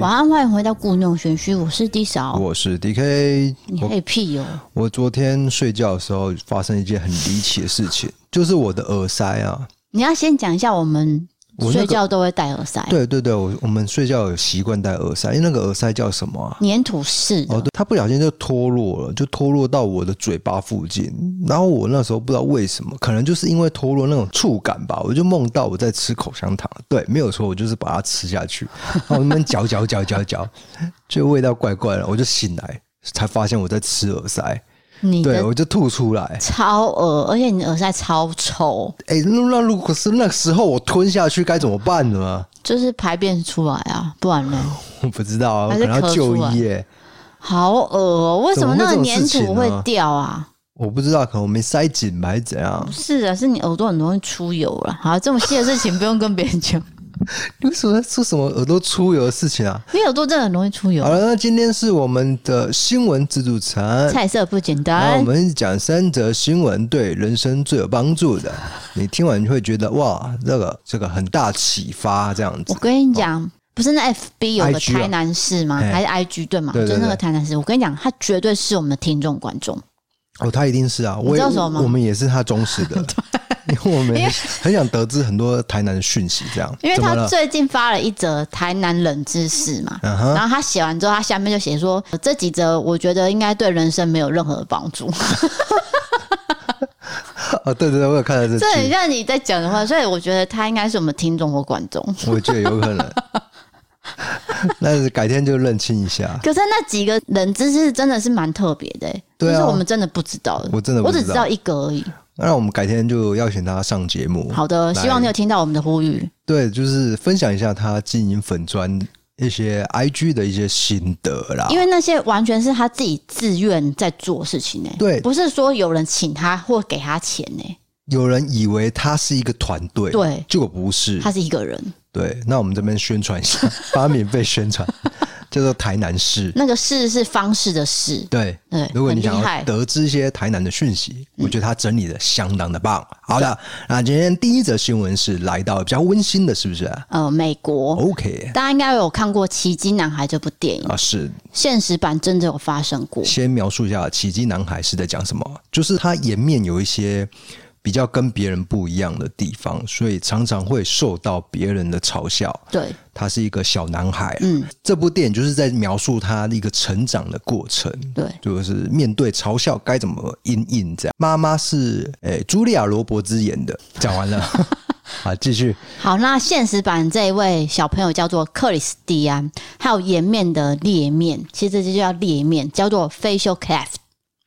晚安，欢迎回到故弄玄虚，我是 D 嫂，我是 DK。你我可以屁哦哟、我昨天睡觉的时候发生一件很离奇的事 情，就是我的耳塞啊，你要先讲一下，我们我那个睡觉都会戴耳塞，对对对，我我们睡觉有习惯戴耳塞，因为哎那个耳塞叫什么啊？粘土式的，哦，对，它不小心就脱落了，就脱落到我的嘴巴附近。然后我那时候不知道为什么，可能就是因为脱落那种触感吧，我就梦到我在吃口香糖。对，没有错，我就是把它吃 下去，然后我那边嚼嚼嚼嚼嚼，就味道怪怪的，我就醒来才发现我在吃耳塞，你对的我就吐出来。超恶，而且你的耳塞超臭，哎、那那如果是那个时候我吞下去该怎么办呢？ 就是排便出来啊，不然呢？ 我不知道啊，我还可是能要咳就出来医耶、好恶、哦，为什么怎么那会个这粘种事情土会呢掉啊？我不知道，可能我没塞紧吧，还是怎样？是啊，是你耳朵很容易出油了。好，这么细的事情不用跟别人讲，你为什么在说什么耳朵出油的事情啊？因为耳朵真的很容易出好油。了，那今天是我们的新闻自助餐。菜色不简那我单，们讲三则新闻对人生最有帮助的，你听完你会觉得哇，这个这个很大启发这样我子。跟你讲，不是那 FB 有个 IG 哦啊台南市吗？哎还是 IG 对吗？对对就是那个对台南市。我跟你讲，他绝对是我们的听众观众，哦，他一定是啊，我你也知道什么吗我们也是他忠实 的，因为我们也很想得知很多台南的讯息，这样。因为怎么他了？最近发了一则台南冷知识嘛。嗯哼，然后他写完之后，他下面就写说：“这几则我觉得应该对人生没有任何的帮助。哦，对对对，我有看到这” 这很句，像你在讲的 话，所以我觉得他应该是我们听众或观众。我觉得有可 能。那是改天就认清一下。可是那几个冷知识真的是蛮特别的、欸，对啊就是我们真的不知道的，我真的不我只知知道道一个而已。那我们改天就邀请他上节目。好的，来希望你有听到我们的呼吁。对，就是分享一下他经营粉砖一些 IG 的一些心得啦。因为那些完全是他自己自愿在做事情呢、欸对不是说有人请他或给他钱呢、欸有人以为他是一个团队，对结果不是他。是一个人。对，那我们这边宣传一 下，把它免费宣传，叫做台南市。那个事是方式的事，对，对，如果很你厉想害嗯要。得知一些台南的讯息，我觉得他整理的相当的棒。好的，那今天第一则新闻是来到比较温馨的，是不是啊呃，美国， ？OK 大家应该有看过《奇迹男孩》这部电影，啊，是现实版真的有发生过。先描述一下《奇迹男孩》是在讲什么，就是他颜面有一些比较跟别人不一样的地方，所以常常会受到别人的嘲笑。对，他是一个小男孩、啊嗯，这部电影就是在描述他的一个成长的过程。对，就是面对嘲笑该怎么应应这样。妈妈是诶茱莉亚·罗伯兹演的，讲 完了，好继续。好，那现实版这一位小朋友叫做克里斯蒂安，还有颜面的裂面，其实这就叫裂面，叫做 facial cleft，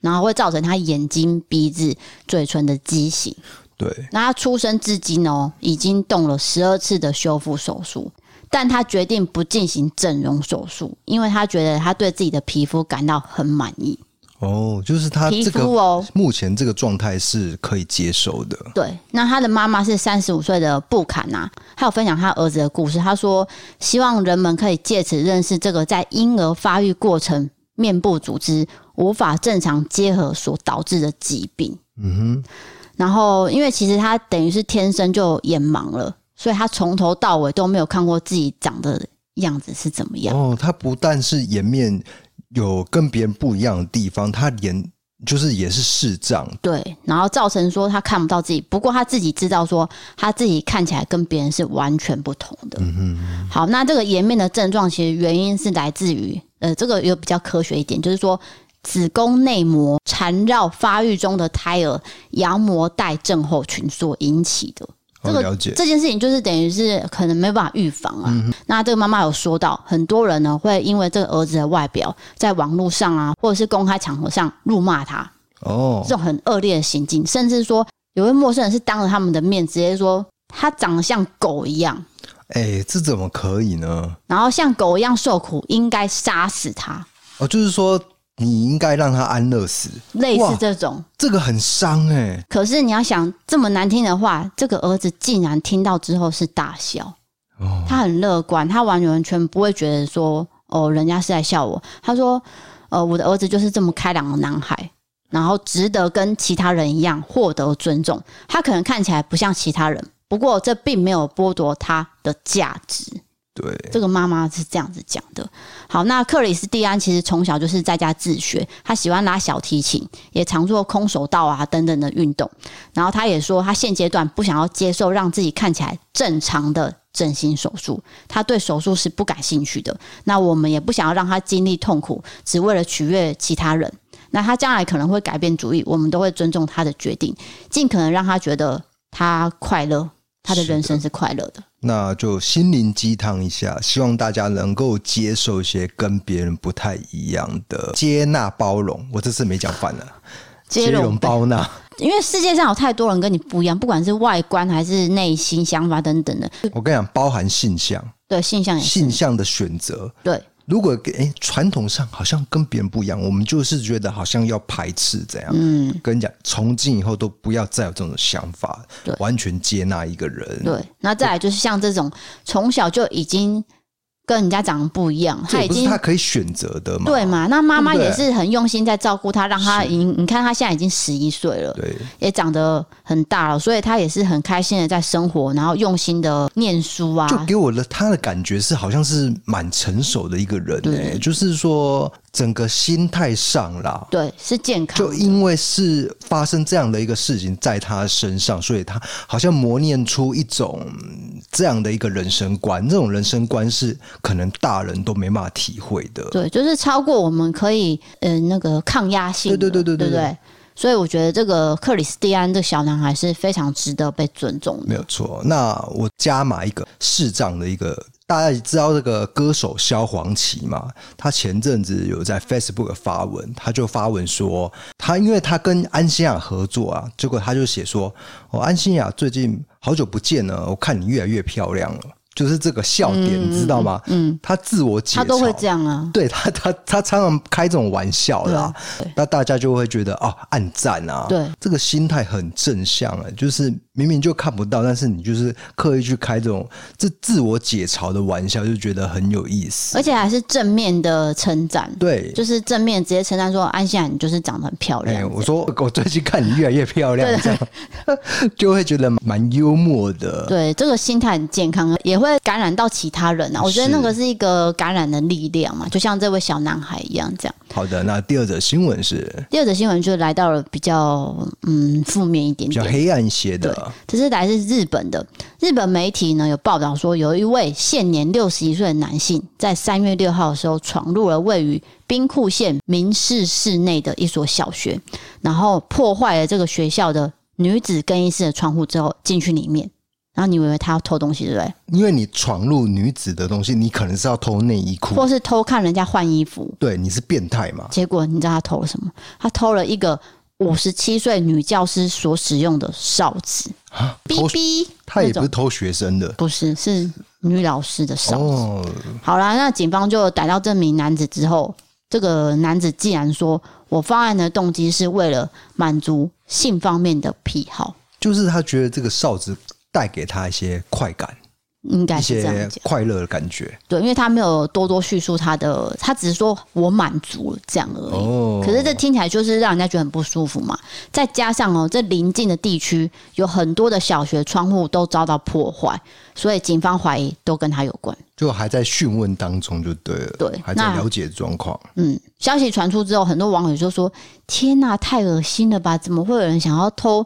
然后会造成他眼睛、鼻子、嘴唇的畸形。对，那他出生至今哦，已经动了十二次的修复手术，但他决定不进行整容手术，因为他觉得他对自己的皮肤感到很满意。哦，就是他皮这肤个、哦目前这个状态是可以接受的。对，那他的妈妈是三十五岁的布坎呐、她有分享她儿子的故事。她说，希望人们可以借此认识这个在婴儿发育过程面部组织无法正常结合所导致的疾病。嗯然后，因为其实他等于是天生就眼盲了，所以他从头到尾都没有看过自己长的样子是怎么哼，样。哦，他不但是颜面有跟别人不一样的地方，他连就是也是视障。对，然后造成说他看不到自己，不过他自己知道说他自己看起来跟别人是完全不同的。嗯好，那这个颜面的症状其实原因是来自于，呃，这个有比较科学一点，就是说子宫内膜缠绕发育中的胎儿羊膜带症候群所引起的。这哼，我个哦了解。嗯这件事情就是等于是可能没办法预防啊。那这个妈妈有说到，很多人呢会因为这个儿子的外表，在网络上啊，或者是公开场合上辱骂他，哦这，种很恶劣的行径，甚至说有位陌生人是当着他们的面直接说他长得像狗一样，哎、这怎么可以呢？然后像狗一样受苦，应该杀死他，哦，就是说你应该让他安乐死，类哇似这种。这个很伤哎、可是你要想这么难听的话，这个儿子竟然听到之后是大笑，哦，他很乐观，他完完全不会觉得说哦人家是在笑我。他说，呃，我的儿子就是这么开朗的男孩。然后值得跟其他人一样获得尊重，他可能看起来不像其他人，不过这并没有剥夺他的价值。对，这个妈妈是这样子讲的。好，那克里斯蒂安其实从小就是在家自学，她喜欢拉小提琴，也常做空手道啊等等的运动。然后她也说，她现阶段不想要接受让自己看起来正常的整形手术，她对手术是不感兴趣的。那我们也不想要让她经历痛苦，只为了取悦其他人。那她将来可能会改变主意，我们都会尊重她的决定，尽可能让她觉得她快乐，她的是的人生是快乐的。那就心灵鸡汤一下，希望大家能够接受一些跟别人不太一样的接纳包容。我这次没讲反了，接容容 包纳。因为世界上有太多人跟你不一样，不管是外观还是内心想法等等的，我跟你讲，包含性向、对性向也是性向的选择。对，如果给诶传统上好像跟别人不一样，我们就是觉得好像要排斥这样。嗯，跟你讲，从今以后都不要再有这种想法对，完全接纳一个人。对。那再来就是像这种从小就已经跟人家长得不一样，这他也已不是经他可以选择的嘛？对嘛？那妈妈对不也对是很用心在照顾他，让他已经你看他现在已经十一岁了，对，也长得很大了，所以他也是很开心的在生活，然后用心的念书啊，就给我的他的感觉是好像是蛮成熟的一个人、对欸，就是说整个心态上啦。对，是健康就的。因为是发生这样的一个事情在他身上，所以他好像磨练出一种这样的一个人生观，这种人生观是可能大人都没办法体会的。对，就是超过我们可以呃那个抗压性的，对对对对对对不对。所以我觉得这个克里斯蒂安这个小男孩是非常值得被尊重没的。有错。那我加码一个视障的一个，大家也知道这个歌手萧煌奇嘛？他前阵子有在 Facebook 发文，他就发文说，他因为他跟安心亚合作啊，结果他就写说，哦，安心亚最近好久不见了，我看你越来越漂亮了，就是这个笑点，你知道吗？嗯，他自我解嘲，他都会这样啊。对他，他他常常开这种玩笑啦，对那大家就会觉得哦，暗赞啊，对，这个心态很正向啊，就是明明就看不到，但是你就是刻意去开这种这自我解嘲的玩笑，就觉得很有意思。而且还是正面的称赞，对，就是正面直接称赞说安心亚你就是长得很漂哎、亮。我说我最近看你越来越漂亮，这样 就会觉得蛮幽默的。对，这个心态很健康，啊也会感染到其他人啊。我觉得是那个是一个感染的力量嘛，就像这位小男孩一样这样。好的，那第二则新闻是第二则新闻就来到了比较嗯负面一点比较点，黑暗一些的，这是来自日本的日本媒体呢有报道说，有一位现年六十一岁的男性，在三月六号的时候闯入了位于兵库县民事市内的一所小学，然后破坏了这个学校的女子更衣室的窗户之后进去里面。然后你以为他要偷东西对不对？因为你闯入女子的东西，你可能是要偷内衣裤或，是偷看人家换衣服？对，你是变态嘛？结果你知道他偷了什么？他偷了一个五十七岁女教师所使用的哨子，啊，哔偷哔他那也不种是，偷学生的不是是女老师的哨子。哦，好啦，那警方就逮到这名男子之后，这个男子既然说我犯案的动机是为了满足性方面的癖好，就是他觉得这个哨子带给他一些快感，应该一哎是这样些讲。快乐的感觉。对，因为他没有多多叙述他的，他只是说我满足了这样而已。哦，可是这听起来就是让人家觉得很不舒服嘛。再加上哦，这邻近的地区有很多的小学窗户都遭到破坏，所以警方怀疑都跟他有关。就还在讯问当中，就对了，对还在那了解状况。嗯，消息传出之后，很多网友就说：“天呐、太恶心了吧！怎么会有人想要偷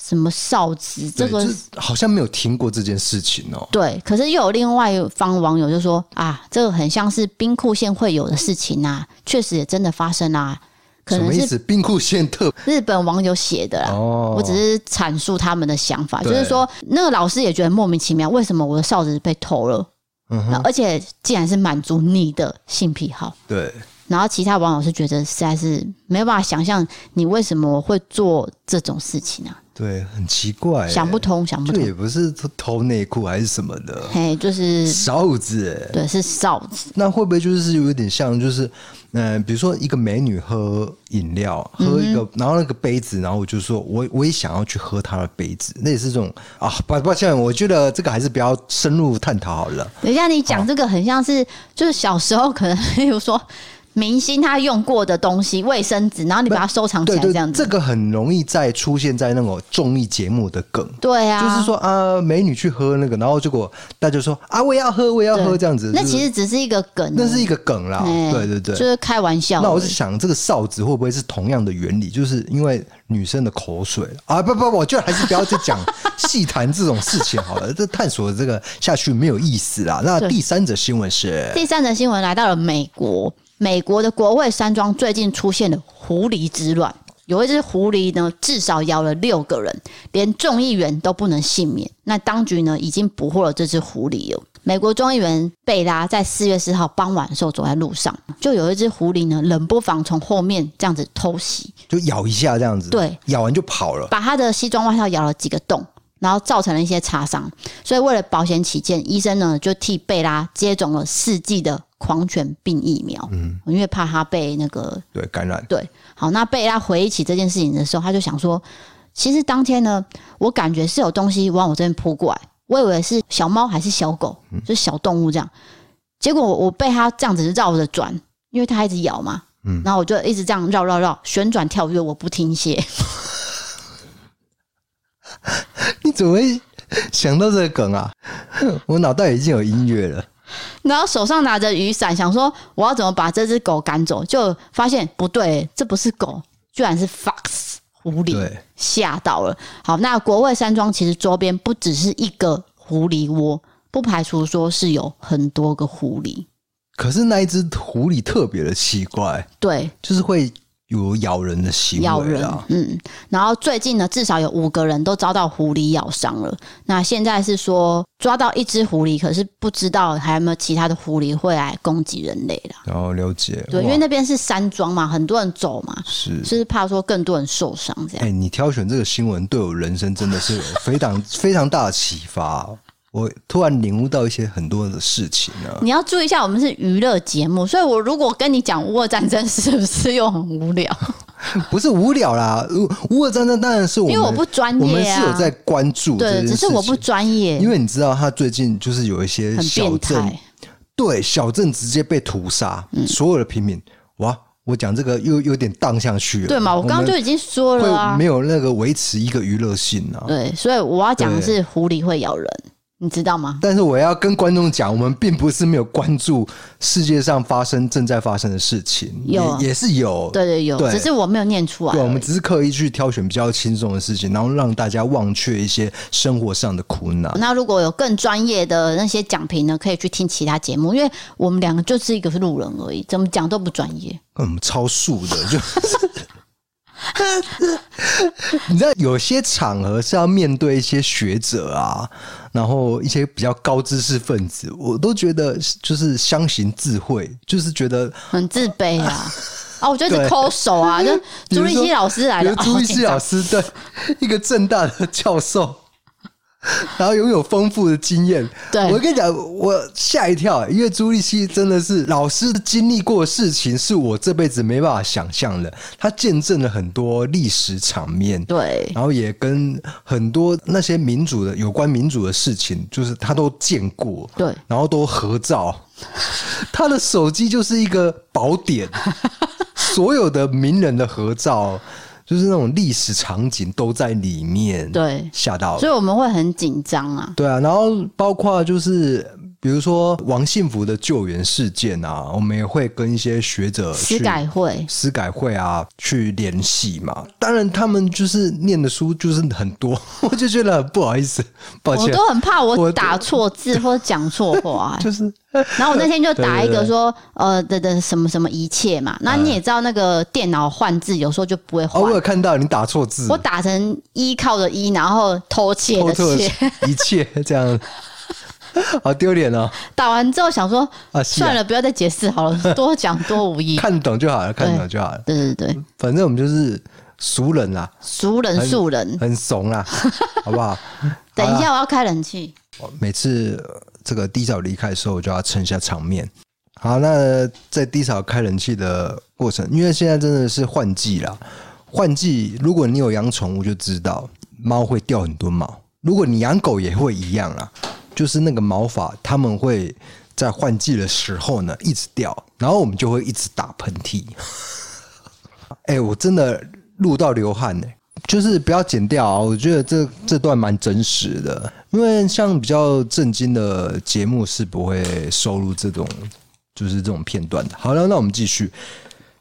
什么哨子？这对个这好像没有听过这件事情哦。对。”可是又有另外一方网友就说：“啊，这个很像是兵库县会有的事情啊，确实也真的发生啦、啊可什能么意是思？冰库 县特日本网友写的啦。哦，我只是阐述他们的想法，就对是说那个老师也觉得莫名其妙，为什么我的哨子被偷了？嗯然后而且竟然是满足你的性癖好，对然后其他网友是觉得实在是没有办法想象你为什么会做这种事情啊，对，很奇怪欸，想不通，想不就通。也不是偷内裤还是什么的嘿，就是哨子欸。对，是哨子，那会不会就是有点像，就是嗯、呃比如说一个美女喝饮料，嗯喝一个，然后那个杯子，然后我就说我我也想要去喝她的杯子，类似这种啊，抱抱歉，我觉得这个还是不要深入探讨好了。 等一下你讲这个很像是，就是小时候可能，例如说明星他用过的东西，卫生纸，然后你把它收藏起对来，对哦这，样这子。个很容易在出现在那种综艺节目的梗。对啊，就是说啊，美女去喝那个，然后结果大家就说啊，我也要喝，我也要对喝，这样子。那就是其实只是一个梗，那是一个梗啦，哎对对就对。是开玩笑而已。那我是想，这个哨子会不会是同样的原理？就是因为女生的口水啊，不不，我觉得还是不要去讲细谈这种事情好了。这探索这个下去没有意思啦。那对第三则新闻是，第三则新闻来到了美国，美国的国会山庄最近出现了狐狸之乱，有一只狐狸呢，至少咬了六个人，连众议员都不能幸免。那当局呢，已经捕获了这只狐狸了。美国众议员贝拉在四月四号傍晚的时候走在路上，就有一只狐狸呢，冷不防从后面这样子偷袭，就咬一下这样子，对，咬完就跑了。把他的西装外套咬了几个洞，然后造成了一些擦伤。所以为了保险起见，医生呢就替贝拉接种了四剂的狂犬病疫苗，嗯，因为怕他被那个对，感染 对。好，那贝拉回忆起这件事情的时候，他就想说，其实当天呢，我感觉是有东西往我这边扑过来，我以为是小猫还是小狗，就是小动物这样。结果我我被它这样子绕着转，因为它一直咬嘛，嗯，然后我就一直这样绕绕绕，旋转跳跃，我不停歇。你怎么会想到这个梗啊？ 我脑袋已经有音乐了。然后手上拿着雨伞，想说我要怎么把这只狗赶走，就发现不对，这不是狗，居然是 fox 狐狸，对，吓到了。好，那国会山庄其实周边不只是一个狐狸窝，不排除说是有很多个狐狸。可是那一只狐狸特别的奇怪，对，就是会有咬人的行咬为人啊。，嗯，然后最近呢，至少有五个人都遭到狐狸咬伤了。那现在是说抓到一只狐狸，可是不知道还有没有其他的狐狸会来攻击人类啦。然后哦了解，对，因哇为那边是山庄嘛，很多人走嘛，是就是怕说更多人受伤这哎、样。你挑选这个新闻对我人生真的是有非常非常大的启发哦、我突然领悟到一些很多的事情啊。你要注意一下，我们是娱乐节目，所以我如果跟你讲乌俄战争， 是不是又很无聊？不是无聊啦，乌乌尔战争当然是我嗯们，因为我不专业啊我们是有在关注这对，件只事是情。我不专业因，为你知道他最近就是有一些很小变镇态。嗯对，小镇直接被屠杀，所有的平民。哇，我讲这个又有点荡下去了，对嘛？我刚刚就们已经说了会啊没，有那个维持一个娱乐性啊。对，所以我要讲的是狐狸会咬人，你知道吗？但是我要跟观众讲，我们并不是没有关注世界上发生正在发生的事情，有啊也也是有，对对有，对只是我没有念出来对，我而们已。只是刻意去挑选比较轻松的事情，然后让大家忘却一些生活上的苦恼。 那如果有更专业的那些讲评呢，可以去听其他节目，因为我们两个就是一个路人而已，怎么讲都不专业。嗯，超速的，就是 你知道，有些场合是要面对一些学者啊，然后一些比较高知识分子，我都觉得就是相行自慧，就是觉得很自卑 啊。啊，我觉得对是抠手 啊，就比朱如立说熙老师来比了如，朱哦医师老师，对，一个正大的教授， 然后拥有丰富的经验。对我跟你讲，我吓一跳，欸因为朱立熙真的是老师经历过的事情，是我这辈子没办法想象的。他见证了很多历史场面，对然后也跟很多那些民主的有关民主的事情，就是他都见过，对然后都合照。他的手机就是一个宝 典，所有的名人的合照，就是那种历史场景都在里面。，对，吓到所了。以我们会很紧张啊。对啊，然后包括就是比如说王幸福的救援事件啊，我们也会跟一些学者司去改会，司改会啊去联系嘛。当然，他们就是念的书就是很多， 我就觉得很不好意思，抱我歉，都很怕我我打错 字或者讲错话、欸就是然后我那天就打一对对个对嗯说，呃的的什么什么一切嘛。那你也知道，那个电脑换字有时候就不会哦，我换有。看到你打错字，我打成依靠的依，然后偷窃偷的错窃。 一切这样， 好丢 脸哦！打完之后想说，啊，是啊算了，不要再解释好 了，多讲多无益。看嗯懂就好了，看懂就好了。对对对，反正我们就是俗人啦，熟人很素人。很怂 啦，好不好？等一下，我要开冷气。每次呃这个低潮离开的时候，我就要撑一下场面。好，那在低潮开冷气的过程，因为现在真的是换季啦。换季，如果你有养宠物，就知道猫会掉很多毛。如果你养狗也会一样啦，就是那个毛发，它们会在换季的时候呢一直掉，然后我们就会一直打喷嚏。哎、我真的录到流汗呢、欸就是不要剪掉啊！我觉得这这段蛮真实的，因为像比较震惊的节目是不会收录这种就是这种片段的。好了，那我们继续，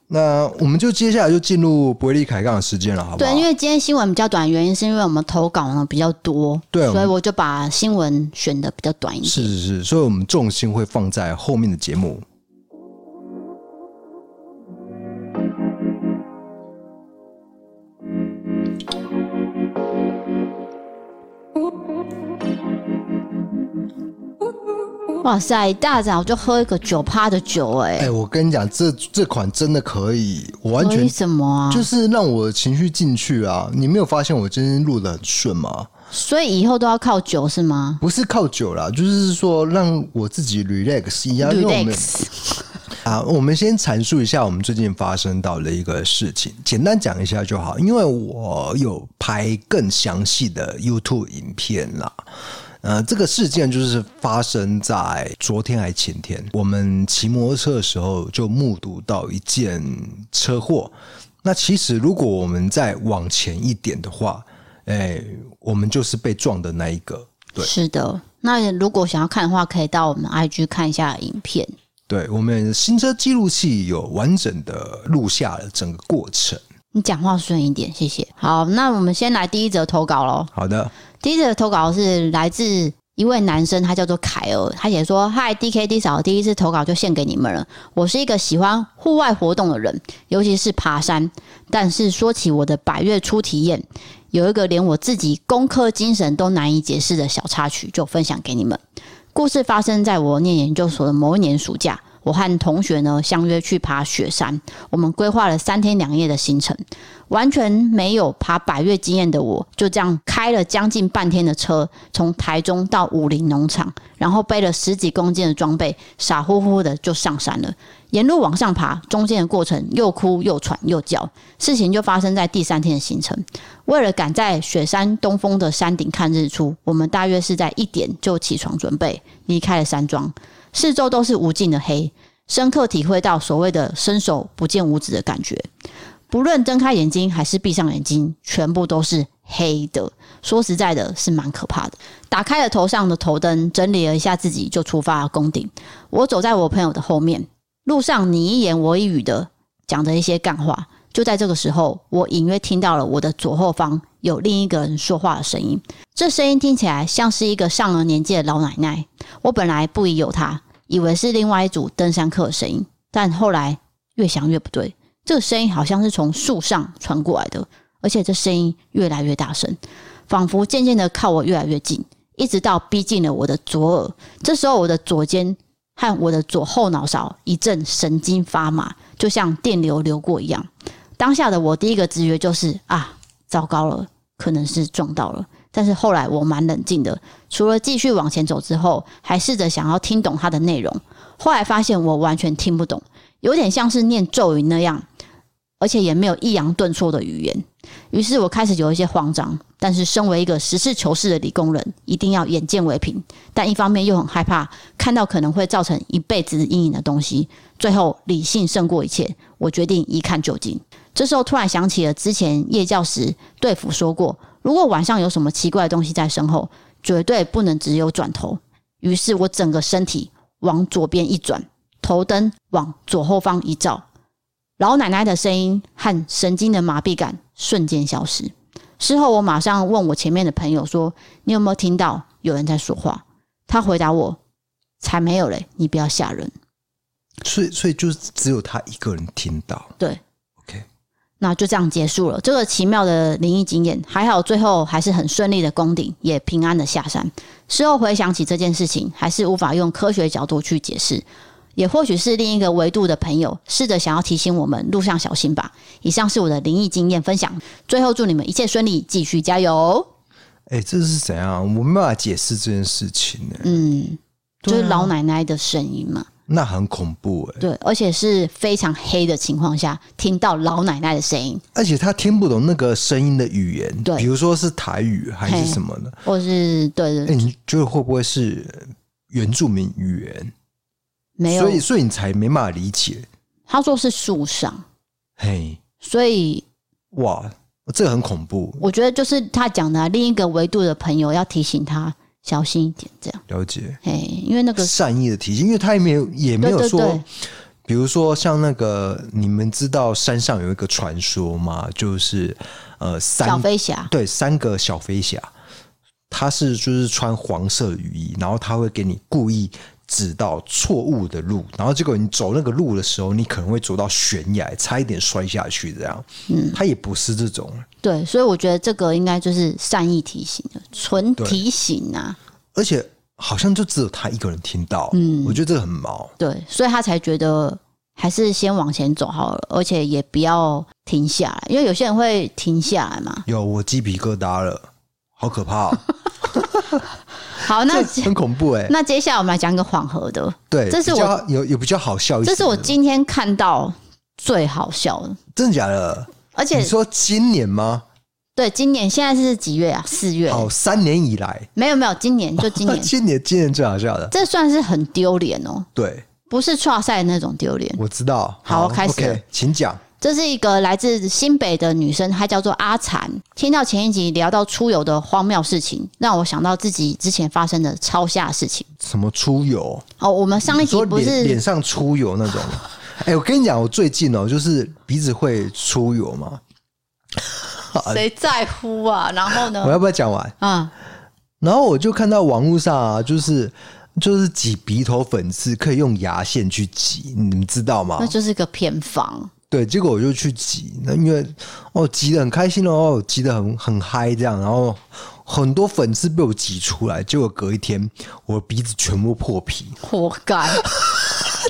那我们就接下来就进入伯利凯杠的时间了，好不对好？，因为今天新闻比较短，原因是因为我们投稿呢比较多，对我所以们我就把新闻选的比较短一点。是是是，所以我们重心会放在后面的节目。哇塞，一大早就喝一个九趴的酒、哎、哎、我跟你讲，这这款真的可以，我完全为什么啊？就是让我情绪进去啊！你没有发现我今天录的很顺吗？所以以后都要靠酒是吗不是靠酒啦，就是说让我自己 relax 一下。因为我们？Relax，啊，我们先阐述一下我们最近发生到的一个事情，简单讲一下就好，因为我有拍更详细的 YouTube 影片啦。呃，这个事件就是发生在昨天还前天，我们骑摩托车的时候就目睹到一件车祸。那其实如果我们再往前一点的话，哎、我们就是被撞的那一个。对是的。那如果想要看的话，可以到我们 IG 看一下影片。对，我们行车记录器有完整的录下了整个过程。你讲话顺一点，谢谢。好，那我们先来第一则投稿喽。好的，第一则投稿是来自一位男生，他叫做凯尔，他写说：“嗨，D K D 嫂，第一次投稿就献给你们了。我是一个喜欢户外活动的人，尤其是爬山。但是说起我的百月初体验，有一个连我自己工科精神都难以解释的小插曲，就分享给你们。故事发生在我念研究所的某一年暑假。”我和同学呢相约去爬雪山，我们规划了三天两夜的行程。完全没有爬百越经验的我，就这样开了将近半天的车，从台中到武林农场，然后背了十几公斤的装备，傻乎乎的就上山了。沿路往上爬，中间的过程又哭又喘又叫，事情就发生在第三天的行程。为了赶在雪山东峰的山顶看日出，我们大约是在一点就起床准备离开了山庄，四周都是无尽的黑，深刻体会到所谓的伸手不见五指的感觉。不论睁开眼睛还是闭上眼睛，全部都是黑的。说实在的，是蛮可怕的。打开了头上的头灯，整理了一下自己，就出发了宫顶。我走在我朋友的后面，路上你一言我一语的讲着一些干话。就在这个时候，我隐约听到了我的左后方有另一个人说话的声音。这声音听起来像是一个上了年纪的老奶奶。我本来不疑有他，以为是另外一组登山客的声音，但后来越想越不对。这个声音好像是从树上传过来的，而且这声音越来越大声，仿佛渐渐的靠我越来越近，一直到逼近了我的左耳。这时候，我的左肩和我的左后脑勺一阵神经发麻，就像电流流过一样。当下的我第一个直觉就是啊，糟糕了，可能是撞到了。但是后来我蛮冷静的，除了继续往前走之后，还试着想要听懂它的内容。后来发现我完全听不懂，有点像是念咒语那样，而且也没有抑扬顿挫的语言。于是我开始有一些慌张，但是身为一个实事求是的理工人，一定要眼见为凭，但一方面又很害怕看到可能会造成一辈子阴影的东西。最后理性胜过一切，我决定一看究竟。这时候突然想起了之前夜教时队服说过，如果晚上有什么奇怪的东西在身后，绝对不能只有转头。于是我整个身体往左边一转，头灯往左后方一照，老奶奶的声音和神经的麻痹感瞬间消失。事后，我马上问我前面的朋友说：“你有没有听到有人在说话？”他回答我：“才没有嘞，你不要吓人。所以，所以就是只有他一个人听到。”对， OK，那就这样结束了这个奇妙的灵异经验。还好最后还是很顺利的攻顶，也平安的下山。事后回想起这件事情，还是无法用科学角度去解释。也或许是另一个维度的朋友试着想要提醒我们路上小心吧。以上是我的灵异经验分享。最后祝你们一切顺利，继续加油。哎、这是怎样？我没办法解释这件事情呢、嗯，就对是啊老奶奶的声音嘛，那很恐怖哎、对，而且是非常黑的情况下听到老奶奶的声音，而且他听不懂那个声音的语言，对比如说是台语还嘿是什么的。或是对对哎、对你觉得会不会是原住民语言？没有所，以所以你才没办法理解。他说是树上，嘿，所以哇，这个很恐怖，我觉得就是他讲的啊、另一个维度的朋友要提醒他小心一点，这样，了解。哎，因为那个善意的提醒，因为他也没有也没对有对说，对，比如说像那个你们知道山上有一个传说吗？就是呃小三飞侠，对三个小飞侠，他是就是穿黄色雨衣，然后他会给你故意指到错误的路，然后结果你走那个路的时候，你可能会走到悬崖，差一点摔下去这样。嗯，他也不是这种，对，所以我觉得这个应该就是善意提醒的，纯对提醒啊，而且好像就只有他一个人听到。嗯，我觉得这个很毛。对，所以他才觉得还是先往前走好了，而且也不要停下来，因为有些人会停下来嘛。有我鸡皮疙瘩了，好可怕、哦，好，那很恐怖哎、那接下来我们来讲一个缓和的，对，这是我比较有有比较好笑一些这的，是我今天看到最好笑的，真的假的？而你且说今年吗？对今年现在是几月啊？四月？哦，三年以来，没有没有，今年就今年，今年今年最好笑的，这算是很丢脸哦，对，不是跨赛那种丢脸。我知道。好开始 o k 请讲。这是一个来自新北的女生，她叫做阿婵。听到前一集聊到出游的荒谬事情，让我想到自己之前发生的超下事情。什么出油？哦，我们上一你集说不脸是脸上出油那 种？哎、我跟你讲，我最近哦、就是鼻子会出油嘛。谁在乎啊？然后我 呢？要不要讲完？啊，然后我就看到网络上啊，就是就是挤鼻头粉刺可以用牙线去挤，你们知道吗那？就是个偏方。对，结果我就去挤，那因为哦挤得很开心哦，挤得很很嗨这样，然后很多粉刺被我挤出来，结果隔一天我鼻子全部破皮， 活该！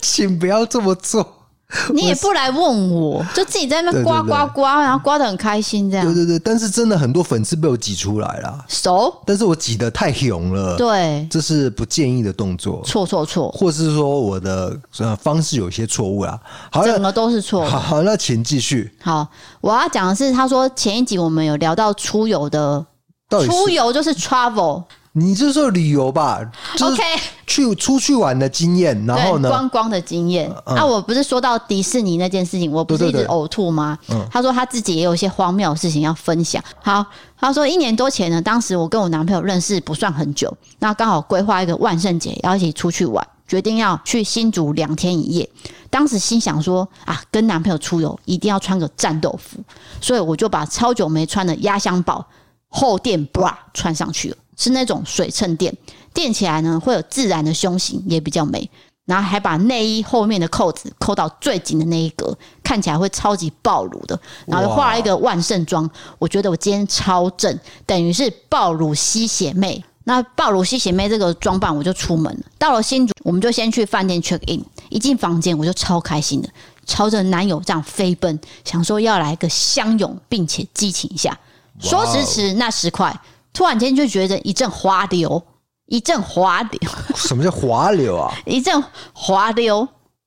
请不要这么做。 你也不来问我，就自己在那边对对刮对刮刮，然后刮得很开心这对样。对对，但是真的很多粉刺被我挤出来啦，手但是我挤得太勇了，对，这是不建议的动作，错错错，或是说我的呃方式有一些错误啦。好整个了，都是错的。好好，那请继续，好，我要讲的是，他说前一集我们有聊到出游的，到底出是游就是 travel，OK，、你就是说旅游吧，就是 OK 去出去玩的经验，然后对呢，嗯观光的经验。啊，我不是说到迪士尼那件事情，我不是对一对嗯直对呕吐吗？他说他自己也有一些荒谬的事情要分享。好，他说一年多前呢，当时我跟我男朋友认识不算很久，那刚好规划一个万圣节要一起出去玩，决定要去新竹两天一夜。当时心想说啊，跟男朋友出游一定要穿个战斗服，所以我就把超久没穿的压箱宝厚垫 bra 穿上去了，是那种水衬垫，垫起来呢会有自然的胸型，也比较美。然后还把内衣后面的扣子扣到最紧的那一格，看起来会超级暴露的。然后又画了一个万圣妆，我觉得我今天超正，等于是暴露吸血妹。那暴露吸血妹这个装扮，我就出门了。到了新竹，我们就先去饭店 check in。一进房间，我就超开心的，朝着男友这样飞奔，想说要来个相拥，并且激情一下。说时迟，那时快，突然间就觉得一阵滑流，一阵滑流。什么叫滑流啊？ 一阵滑溜，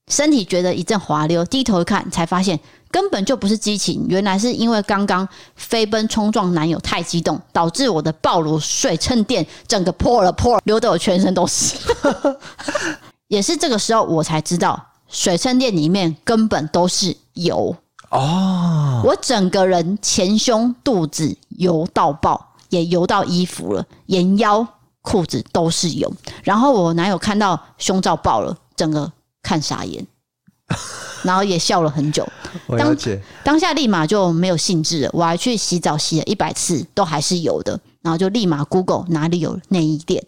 身体觉得一阵滑溜，低头一看才发现根本就不是激情，原来是因为刚刚飞奔冲撞男友太激动，导致我的暴露水衬垫整个破了破了，流得我全身都是。 也是这个时候我才知道，水衬垫里面根本都是油，哦，我整个人前胸、肚子油到爆，也油到衣服了，沿腰、裤子都是油。然后我男友看到胸罩爆了，整个看傻眼，然后也笑了很久。我当了解。当下立马就没有兴致了，我还去洗澡洗了一百次，都还是有的。然后就立马 Google 哪里有内衣店，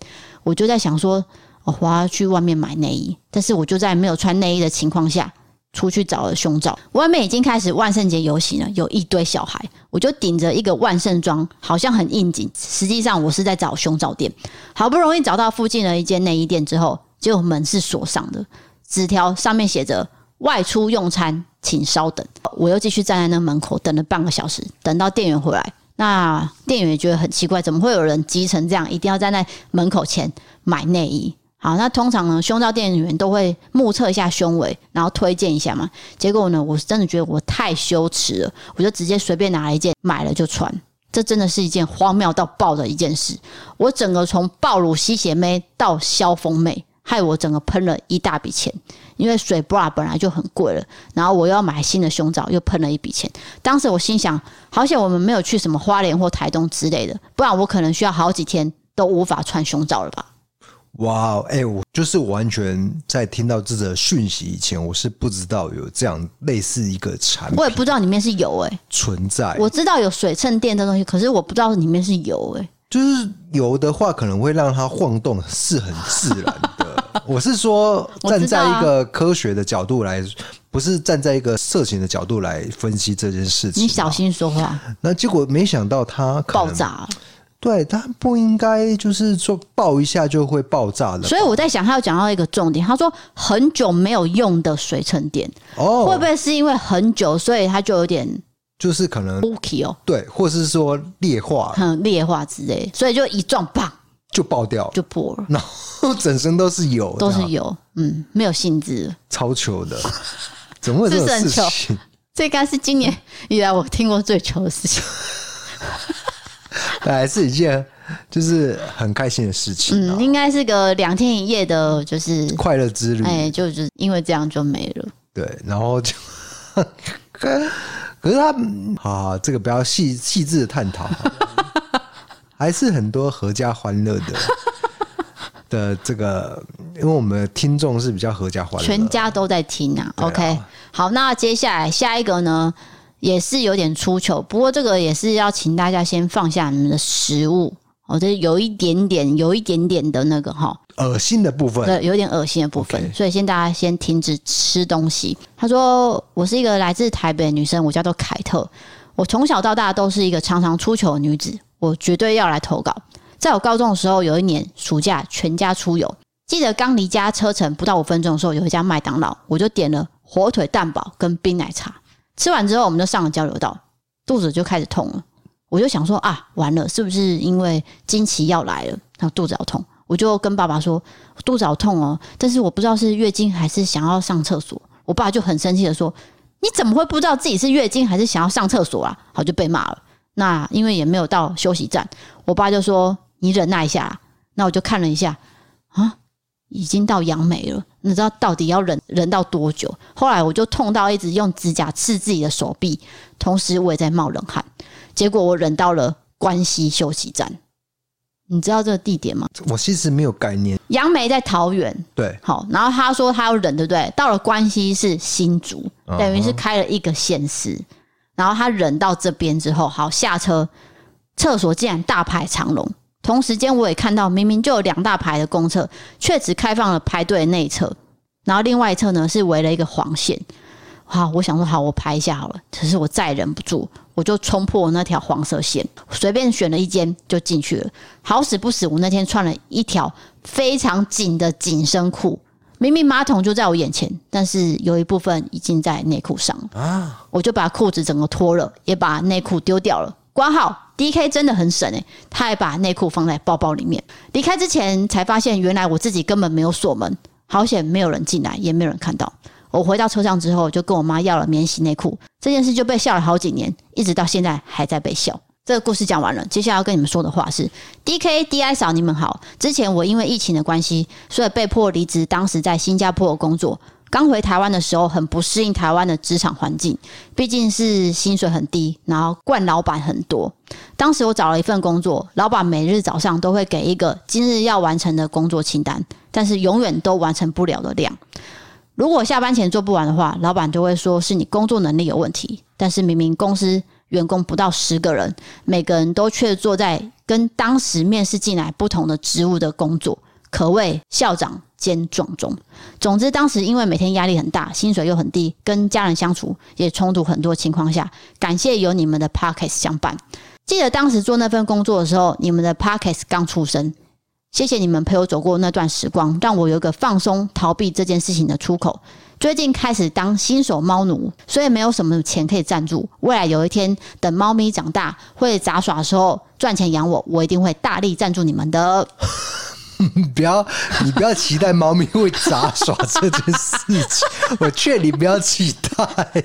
我就在想说，哦我要去外面买内衣，但是我就在没有穿内衣的情况下。出去找了胸罩，外面已经开始万圣节游行了，有一堆小孩，我就顶着一个万圣装，好像很应景，实际上我是在找胸罩店。好不容易找到附近的一间内衣店之后，结果门是锁上的，纸条上面写着“外出用餐，请稍等”。我又继续站在那门口等了半个小时，等到店员回来。那店员也觉得很奇怪，怎么会有人急成这样，一定要站在门口前买内衣？好，那通常呢，胸罩店员都会目测一下胸围，然后推荐一下嘛。结果呢，我是真的觉得我太羞耻了，我就直接随便拿了一件买了就穿。这真的是一件荒谬到爆的一件事。我整个从暴乳吸血妹到消风妹，害我整个喷了一大笔钱。因为水 bra 本来就很贵了，然后我又要买新的胸罩，又喷了一笔钱。当时我心想，好险我们没有去什么花莲或台东之类的，不然我可能需要好几天都无法穿胸罩了吧。哇，哎、我就是完全在听到这则讯息以前，我是不知道有这样类似一个产我也品不知道里面是油诶、存在。我知道有水衬垫这东西，可是我不知道里面是哎油诶、就是有的话，可能会让它晃动，是很自然 的。我是说，我站知道在啊一个科学的角度来，不是站在一个色情的角度来分析这件事情。你小。心说话，那结果没想到它哎可能爆炸啊了。对，它不应该就是说爆一下就会爆炸的。所以我在想，他要讲到一个重点，他说很久没有用的水沉淀，哦，会不会是因为很久，所以它就有点就是可能 bulky 哦，对，或是说裂化很劣化之类，所以就一撞砰就爆掉，就破了，然后整身都是油，都是这样油，嗯，没有性质了。超球的，怎么会有这是种很事情？这应该是今年以来我听过最糗的事情。还哎是一件就是很开心的事情啊 嗯，，应该是个两天一夜的，就是快乐之旅。哎，就就是因为这样就没了。对，然后就， 可可是他嗯啊，这个不要细细致的探 讨好了，还是很多合家欢乐 的的这个，因为我们的听众是比较合家欢乐，全家都在听啊。啊 OK，好，那接下来下一个呢，也是有点出糗，不过这个也是要请大家先放下你们的食物。哦，这有一点点，有一点点的那个哈，恶心的部分，对，有点恶心的部分 OK 所以先大家先停止吃东西。她说：“我是一个来自台北的女生，我叫做凯特。我从小到大都是一个常常出糗的女子，我绝对要来投稿。在我高中的时候，有一年暑假全家出游，记得刚离家车程不到五分钟的时候，有一家麦当劳，我就点了火腿蛋堡跟冰奶茶。吃完之后，我们就上了交流道，肚子就开始痛了。我就想说啊，完了，是不是因为经期要来了，然后肚子好痛？我就跟爸爸说，肚子好痛哦，但是我不知道是月经还是想要上厕所。我爸就很生气的说：“你怎么会不知道自己是月经还是想要上厕所啊？”好就被骂了。那因为也没有到休息站，我爸就说：“你忍耐一下啊。”那我就看了一下，啊，已经到杨梅了，你知道到底要忍忍到多久？后来我就痛到一直用指甲刺自己的手臂，同时我也在冒冷汗。结果我忍到了关西休息站，你知道这个地点吗？我其实没有概念。杨梅在桃园，对，好，然后他说他要忍，对不对？到了关西是新竹，嗯哼等于是开了一个县市。然后他忍到这边之后，好下车，厕所竟然大排长龙。同时间我也看到，明明就有两大排的公厕，却只开放了排队的内侧，然后另外一侧呢是围了一个黄线。好，我想说好，我排一下好了。可是我再忍不住，我就冲破那条黄色线，随便选了一间就进去了。好死不死，我那天穿了一条非常紧的紧身裤，明明马桶就在我眼前，但是有一部分已经在内裤上了。我就把裤子整个脱了，也把内裤丢掉了。挂号 D K 真的很省诶、他还把内裤放在包包里面。离开之前才发现，原来我自己根本没有锁门，好险没有人进来，也没有人看到。我回到车上之后，就跟我妈要了免洗内裤，这件事就被笑了好几年，一直到现在还在被笑。这个故事讲完了，接下来要跟你们说的话是：D K D I 嫂，你们好。之前我因为疫情的关系，所以被迫离职，当时在新加坡的工作。刚回台湾的时候，很不适应台湾的职场环境，毕竟是薪水很低，然后惯老板很多。当时我找了一份工作，老板每日早上都会给一个今日要完成的工作清单，但是永远都完成不了的量。如果下班前做不完的话，老板就会说是你工作能力有问题。但是明明公司员工不到十个人，每个人都却坐在跟当时面试进来不同的职务的工作，可谓校长兼撞钟。总之，当时因为每天压力很大，薪水又很低，跟家人相处也冲突很多情况下，感谢有你们的 Pockets 相伴。记得当时做那份工作的时候，你们的 Pockets 刚出生，谢谢你们陪我走过那段时光，让我有一个放松、逃避这件事情的出口。最近开始当新手猫奴，所以没有什么钱可以赞助。未来有一天，等猫咪长大会杂耍的时候赚钱养我，我一定会大力赞助你们的。你不要，你不要期待猫咪会杂耍这件事情，我劝你不要期待。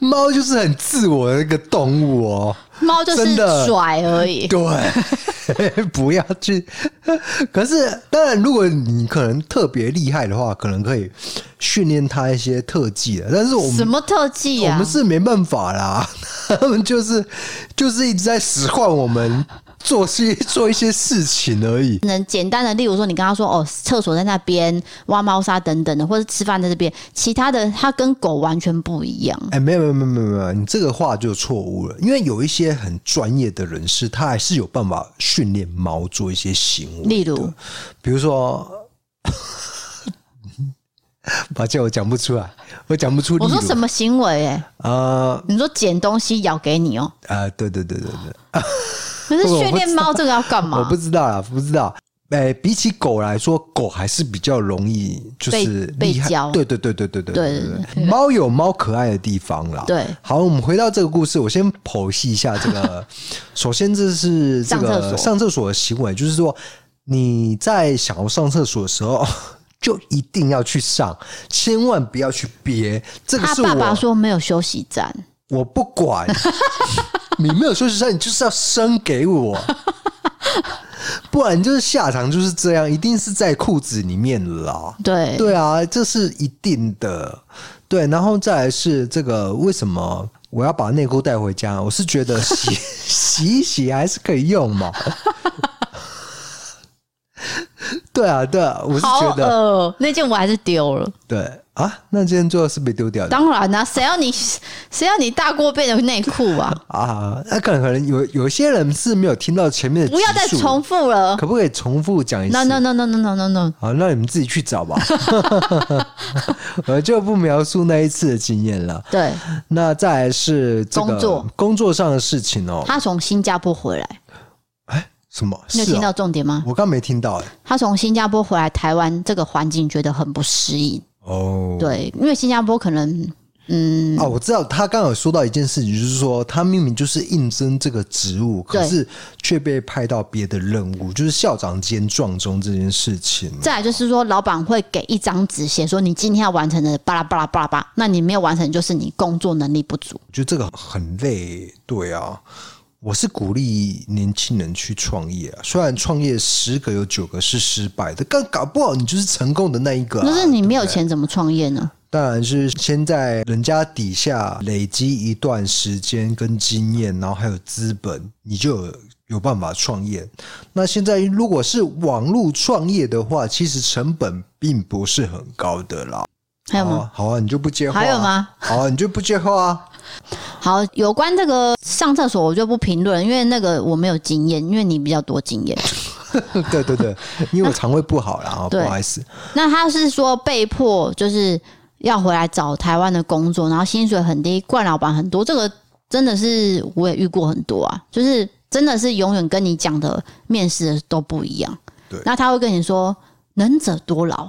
猫就是很自我的一个动物哦，猫就是真的甩而已，对，不要去。可是，当然，如果你可能特别厉害的话，可能可以训练他一些特技的。但是我什们么特技我啊们？是没办法啦， 他们就是就是一直在使唤我们做些做一些事情而已。能简单的，例如说你跟他说哦，厕所在那边，挖猫砂等等的，或者吃饭在这边，其他的它跟狗完全不一样。哎、没有没有没有没有没有，你这个话就错误了，因为有一些很专业的人士，他还是有办法训练猫做一些行为，例如，比如说， 抱歉，我讲不出来，我讲不出例如。我说什么行为、欸？呃你说捡东西咬给你哦、呃，对对对对对，可是训练猫这个要干我嘛不？知道啦，不知道。哎、比起狗来说，狗还是比较容易就是被厉害被教对对对对对对对对对。猫有猫可爱的地方啦。对好，我们回到这个故事，我先剖析一下这 个。首先，这是这上厕个所上厕所的行为，就是说你在想要上厕所的时候。 就一定要去上，千万不要去憋。这个他是我爸爸说没有休息站，我不 管，你没有休息站，你就是要生 给我，不然就是下场就是这样，一定是在裤子里面啦。对，对啊，这是一定的。对，然后再来是这个为什么我要把内裤带回家？我是觉 得洗洗一洗还是可以用嘛。对啊，对啊，我是好觉恶得哦，那件我还是丢了。对啊，那今天最后是被丢掉的。当然啦、谁要你谁要你大过背的内裤 啊？啊，那可能可能有有些人是没有听到前面的，不要再重，复了。可不可以重复讲一次 No no no no no no no no，好，那你们自己去 找吧，我就不描述那一次的经验了。对那再来是这个工作工作上的事情哦、他从新加坡回来，什么？你有是听哦到重点吗？我刚没听到哎、他从新加坡回来台湾，这个环境觉得很不适应。哦，对，因为新加坡可能嗯啊，我知道他刚刚有说到一件事情，就是说他明明就是应征这个职务，可对是却被派到别的任务，就是校长兼撞钟这件事情。再来就是说，老板会给一张纸，写说你今天要完成的巴拉巴拉巴拉巴拉，那你没有完成，就是你工作能力不足。我觉得这个很累，对啊。我是鼓励年轻人去创业啊，虽然创业十个有九个是失败的，但搞不好你就是成功的那一个、啊。可是你没有对不对，钱怎么创业呢？当然是先在人家底下累积一段时间跟经验，然后还有资本，你就有有办法创业。那现在如果是网络创业的话，其实成本并不是很高的啦。还有好吗？啊，好啊，你就不接话、啊？还有吗？好啊，你就不接话啊？好，有关这个上厕所，我就不评论，因为那个我没有经验，因为你比较多经验。对对对，因为我肠胃不好 啦，啊，不对好意思。那他是说被迫就是要回来找台湾的工作，然后薪水很低，惯老板很多，这个真的是我也遇过很多啊，就是真的是永远跟你讲的面试的都不一样。对那他会跟你说能者多劳。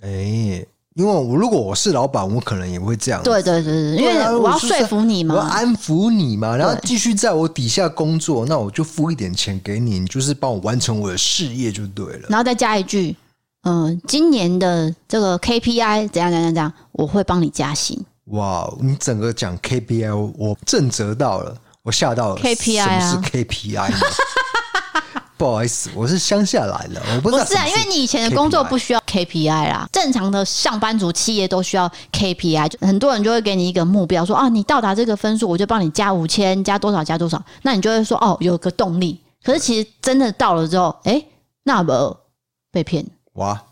哎、因为我如果我是老板，我可能也会这样。。对对对对，因对啊为我要我就是说服你我要嘛。安抚你嘛，然后对继续在我底下工作，那我就付一点钱给你，你就是帮我完成我的事业就对了。然后再加一句，嗯、今年的这个 KPI 怎样怎样怎样，我会帮你加薪。哇，你整个讲 KPI，我我震折到了，我吓到了。 KPI 啊什么是 KPI？呢 不好意思，我是乡下来的，我不不知道是啊，什因么为你以前的工作不需要 KPI 啦，正常的上班族企业都需要 KPI，就很多人就会给你一个目标，说啊，你到达这个分数，我就帮你加五千，加多少加多少，那你就会说哦，有个动力。可是其实真的到了之后，哎、那么被骗，哇，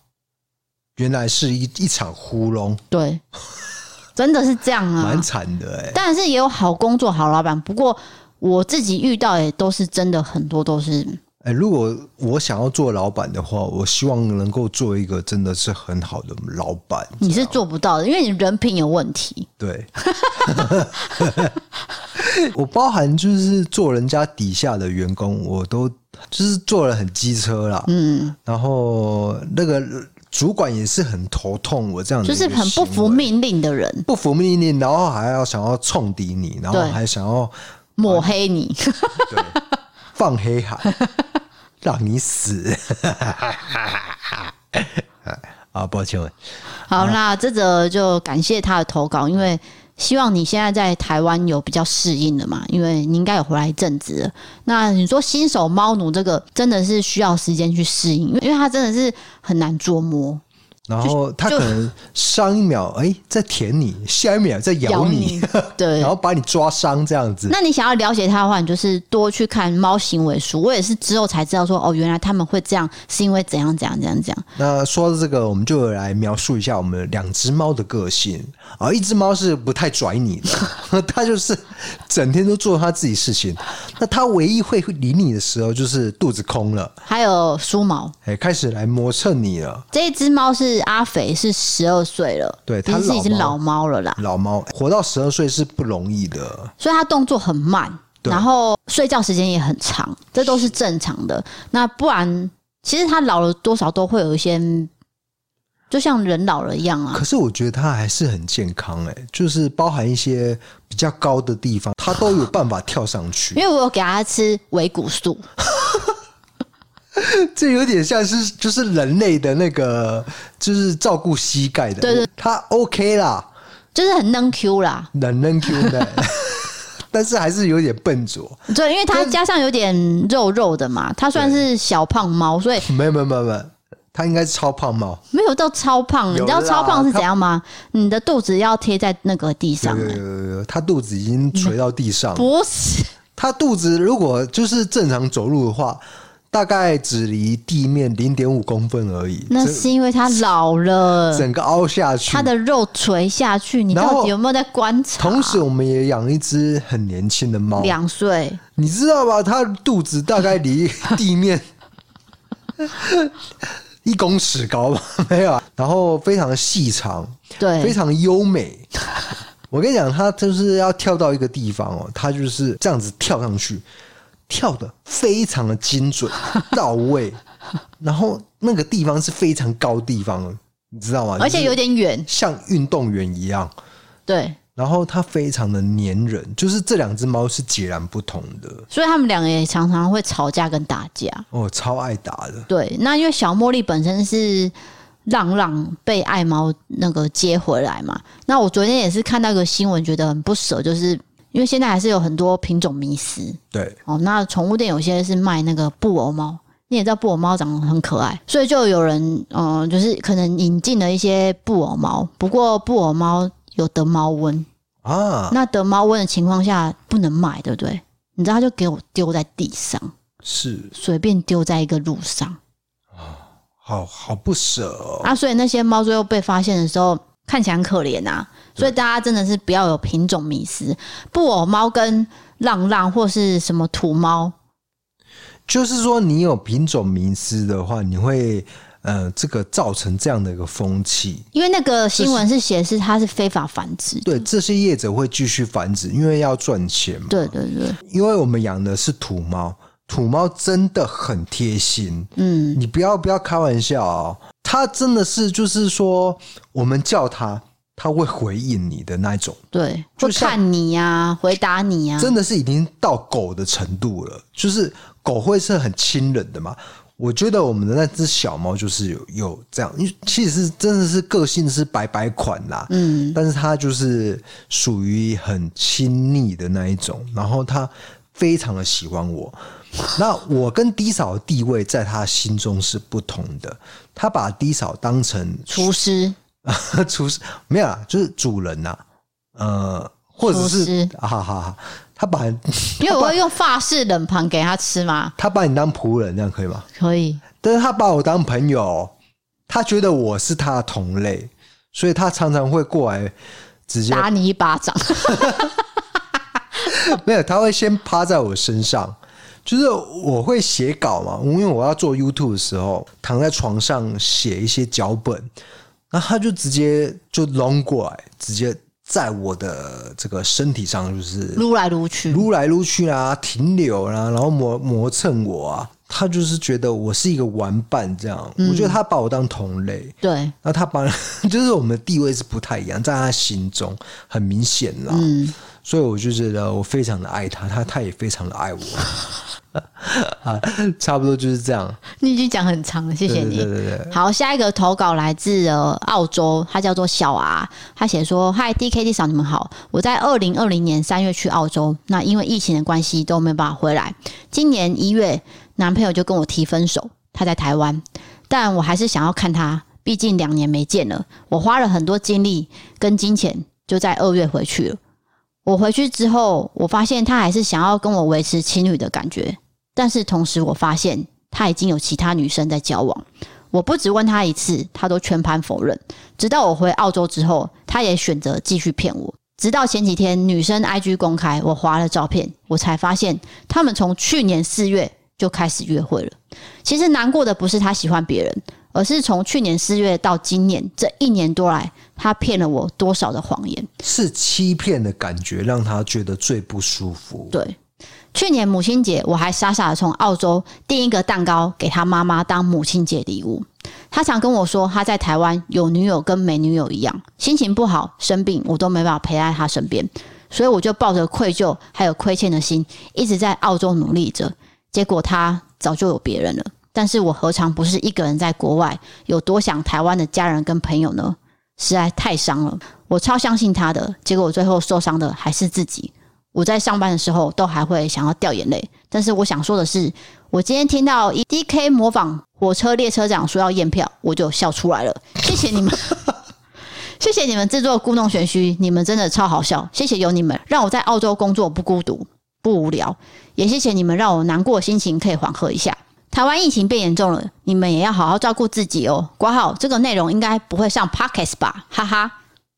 原来是一一场糊弄，对， 真的是这样啊，蛮惨的哎、当然是也有好工作、好老板，不过我自己遇到也都是真的很多都是哎、如果我想要做老板的话，我希望能够做一个真的是很好的老板。你是啊做不到的，因为你人品有问题。对， 我包含就是做人家底下的员工，我都就是做了很机车啦。嗯，然后那个主管也是很头痛，我这样的就嗯一是个很不行服为，命令的人，不服命令，然后还要想要冲抵你，然后对还想要抹黑你。对放黑海，让你死。 啊，抱歉。啊好，那这则就感谢他的投稿，因为希望你现在在台湾有比较适应的嘛，因为你应该有回来一阵子了。那你说新手猫奴这个真的是需要时间去适应，因为因为它真的是很难捉摸，然后它可能上一秒哎、在舔你，下一秒在咬 你，对然，后把你抓伤这样子。那你想要了解它的话，你就是多去看猫行为书。我也是之后才知道说，哦，原来他们会这样，是因为怎样怎样怎样怎样。那说到这个，我们就来描述一下我们两只猫的个性啊。一只猫是不太拽你的， 它就是整天都做它自己事情。那它唯一会理你的时候，就是肚子空了，还有梳毛，哎、开始来磨蹭你了。这一只猫是阿肥，是十二岁了，对其它实已经老老猫了啦，老猫活到十二岁是不容易的，所以它动作很慢，对然后睡觉时间也很长，这都是正常的。那不然，其实它老了多少都会有一些，就像人老了一样啊可。是我觉得它还是很健康、哎，就是包含一些比较高的地方，它都有办法跳上去因。为我有给它吃维骨素，这有点像是就是人类的那个，就是照顾膝盖的。对对，它 OK 啦，就是很嫩 Q 啦，能能 Q 的，但是还是有点笨拙。对，因为它加上有点肉肉的嘛，它算是小胖猫，所以没有没有没有没有，它应该是超胖猫。没有到超胖。你有知道啦超胖是怎样吗？你的肚子要贴在那个地上、有有欸，有有有，它肚子已经垂到地上了。不是它肚子如果就是正常走路的话，大概只离地面零点五公分而已，那整是因为它老了，整个凹下去它。的肉垂下去，你然到后底有没有在观察？同时，我们也养一只很年轻的猫，两岁，你知道吧？它肚子大 概离地面一公尺高吧， 没有啊。然后非常细长，非对，常优美。我跟你讲，它就是要跳到一个地方哦，它就是这样子跳上去，跳的非常的 精准到位，然后那个地方是非常高地方的，你知道吗？而且有就是点远，像运动员一样，对，然后它非常的粘人，就是这两只猫是截然不同的。所以他们两个也常常会吵架跟打架。哦，超爱打的，对，那因为小茉莉本身是浪浪被爱猫那个接回来嘛，那我昨天也是看到一个新闻，觉得很不舍，就是因为现在还是有很多品种迷失对，哦。那宠物店有些是卖那个布偶猫，你也知道布偶猫长得很可爱，所以就有人嗯、呃就是可能引进了一些布偶猫，不过布偶猫有得猫瘟，啊，那得猫瘟的情况下不能买，对不对？你知道他就给我丢在地上，是随便丢在一个路上。好好不舍哦。啊，所以那些猫最后被发现的时候，看起来很可怜啊。所以大家真的是不要有品种迷失，布偶猫跟浪浪或是什么土猫，就是说，你有品种迷失的话，你会呃，这个造成这样的一个风气。因为那个新闻是写是它是非法繁殖。对，这些业者会继续繁殖，因为要赚钱嘛。对对对，因为我们养的是土猫，土猫真的很贴心，嗯，你不要不要开玩笑哦，它真的是就是说，我们叫它，它会回应你的那一种。对，就会像看你呀、回答你啊呀、真的是已经到狗的程度了，就是狗会是很亲人的嘛。我觉得我们的那只小猫就是有有这样，因为其实是真的是个性是百百款啦，嗯，但是它就是属于很亲昵的那一种，然后它非常的喜欢我。那我跟低嫂的地位在他心中是不同的，他把低嫂当成 厨师，厨师没有啦，就是主人呐、呃，或者厨是师啊哈哈哈，他把因为我会用法式冷盘给它吃嘛，他把你当仆人，这样可以吗？可以。但是他把我当朋友，他觉得我是他的同类，所以他常常会过来直接打你一巴掌，没有，他会先趴在我身上。就是我会写稿嘛，因为我要做 YouTube 的时候，躺在床上写一些脚本，那他就直接就拢过来，直接在我的这个身体上就是撸来撸去，撸来撸去啊，停留啊，然后磨磨蹭我啊，他就是觉得我是一个玩伴这样，我觉得他把我当同类，对，那 他把就是我们的地位是不太一样，在他心中很明显啦，嗯，所以我就觉得我非常的爱他，他他也非常的爱我。 啊，差不多就是这样。你已经讲很长了，谢谢对你。对对对对，好，下一个投稿来自呃澳洲，他叫做小啊，他写说：“嗨，D K D 嫂，你们好，我在二零二零年三月去澳洲，那因为疫情的关系都没有办法回来。今年一月，男朋友就跟我提分手，他在台湾，但我还是想要看他，毕竟两年没见了。我花了很多精力跟金钱，就在二月回去了。我回去之后，我发现他还是想要跟我维持情侣的感觉，但是同时我发现他已经有其他女生在交往。”我不只问他一次，他都全盘否认。直到我回澳洲之后，他也选择继续骗我。直到前几天女生 IG 公开我划了照片，我才发现他们从去年四月就开始约会了。其实难过的不是他喜欢别人，而是从去年四月到今年这一年多来，他骗了我多少的谎言。是欺骗的感觉让他觉得最不舒服。对，去年母亲节，我还傻傻的从澳洲订一个蛋糕给他妈妈当母亲节礼物。他常跟我说，他在台湾有女友跟没女友一样，心情不好、生病，我都没办法陪在他身边，所以我就抱着愧疚还有亏欠的心，一直在澳洲努力着。结果他早就有别人了，但是我何尝不是一个人在国外，有多想台湾的家人跟朋友呢？实在太伤了，我超相信他的，结果我最后受伤的还是自己。我在上班的时候都还会想要掉眼泪。但是我想说的是，我今天听到 E D K 模仿火车列车长说要验票，我就笑出来了。谢谢你们，谢谢你们制作故弄玄虚，你们真的超好笑。谢谢有你们，让我在澳洲工作不孤独不无聊，也谢谢你们让我难过的心情可以缓和一下。台湾疫情变严重了，你们也要好好照顾自己哦。挂号这个内容应该不会上 Pockets 吧？哈哈，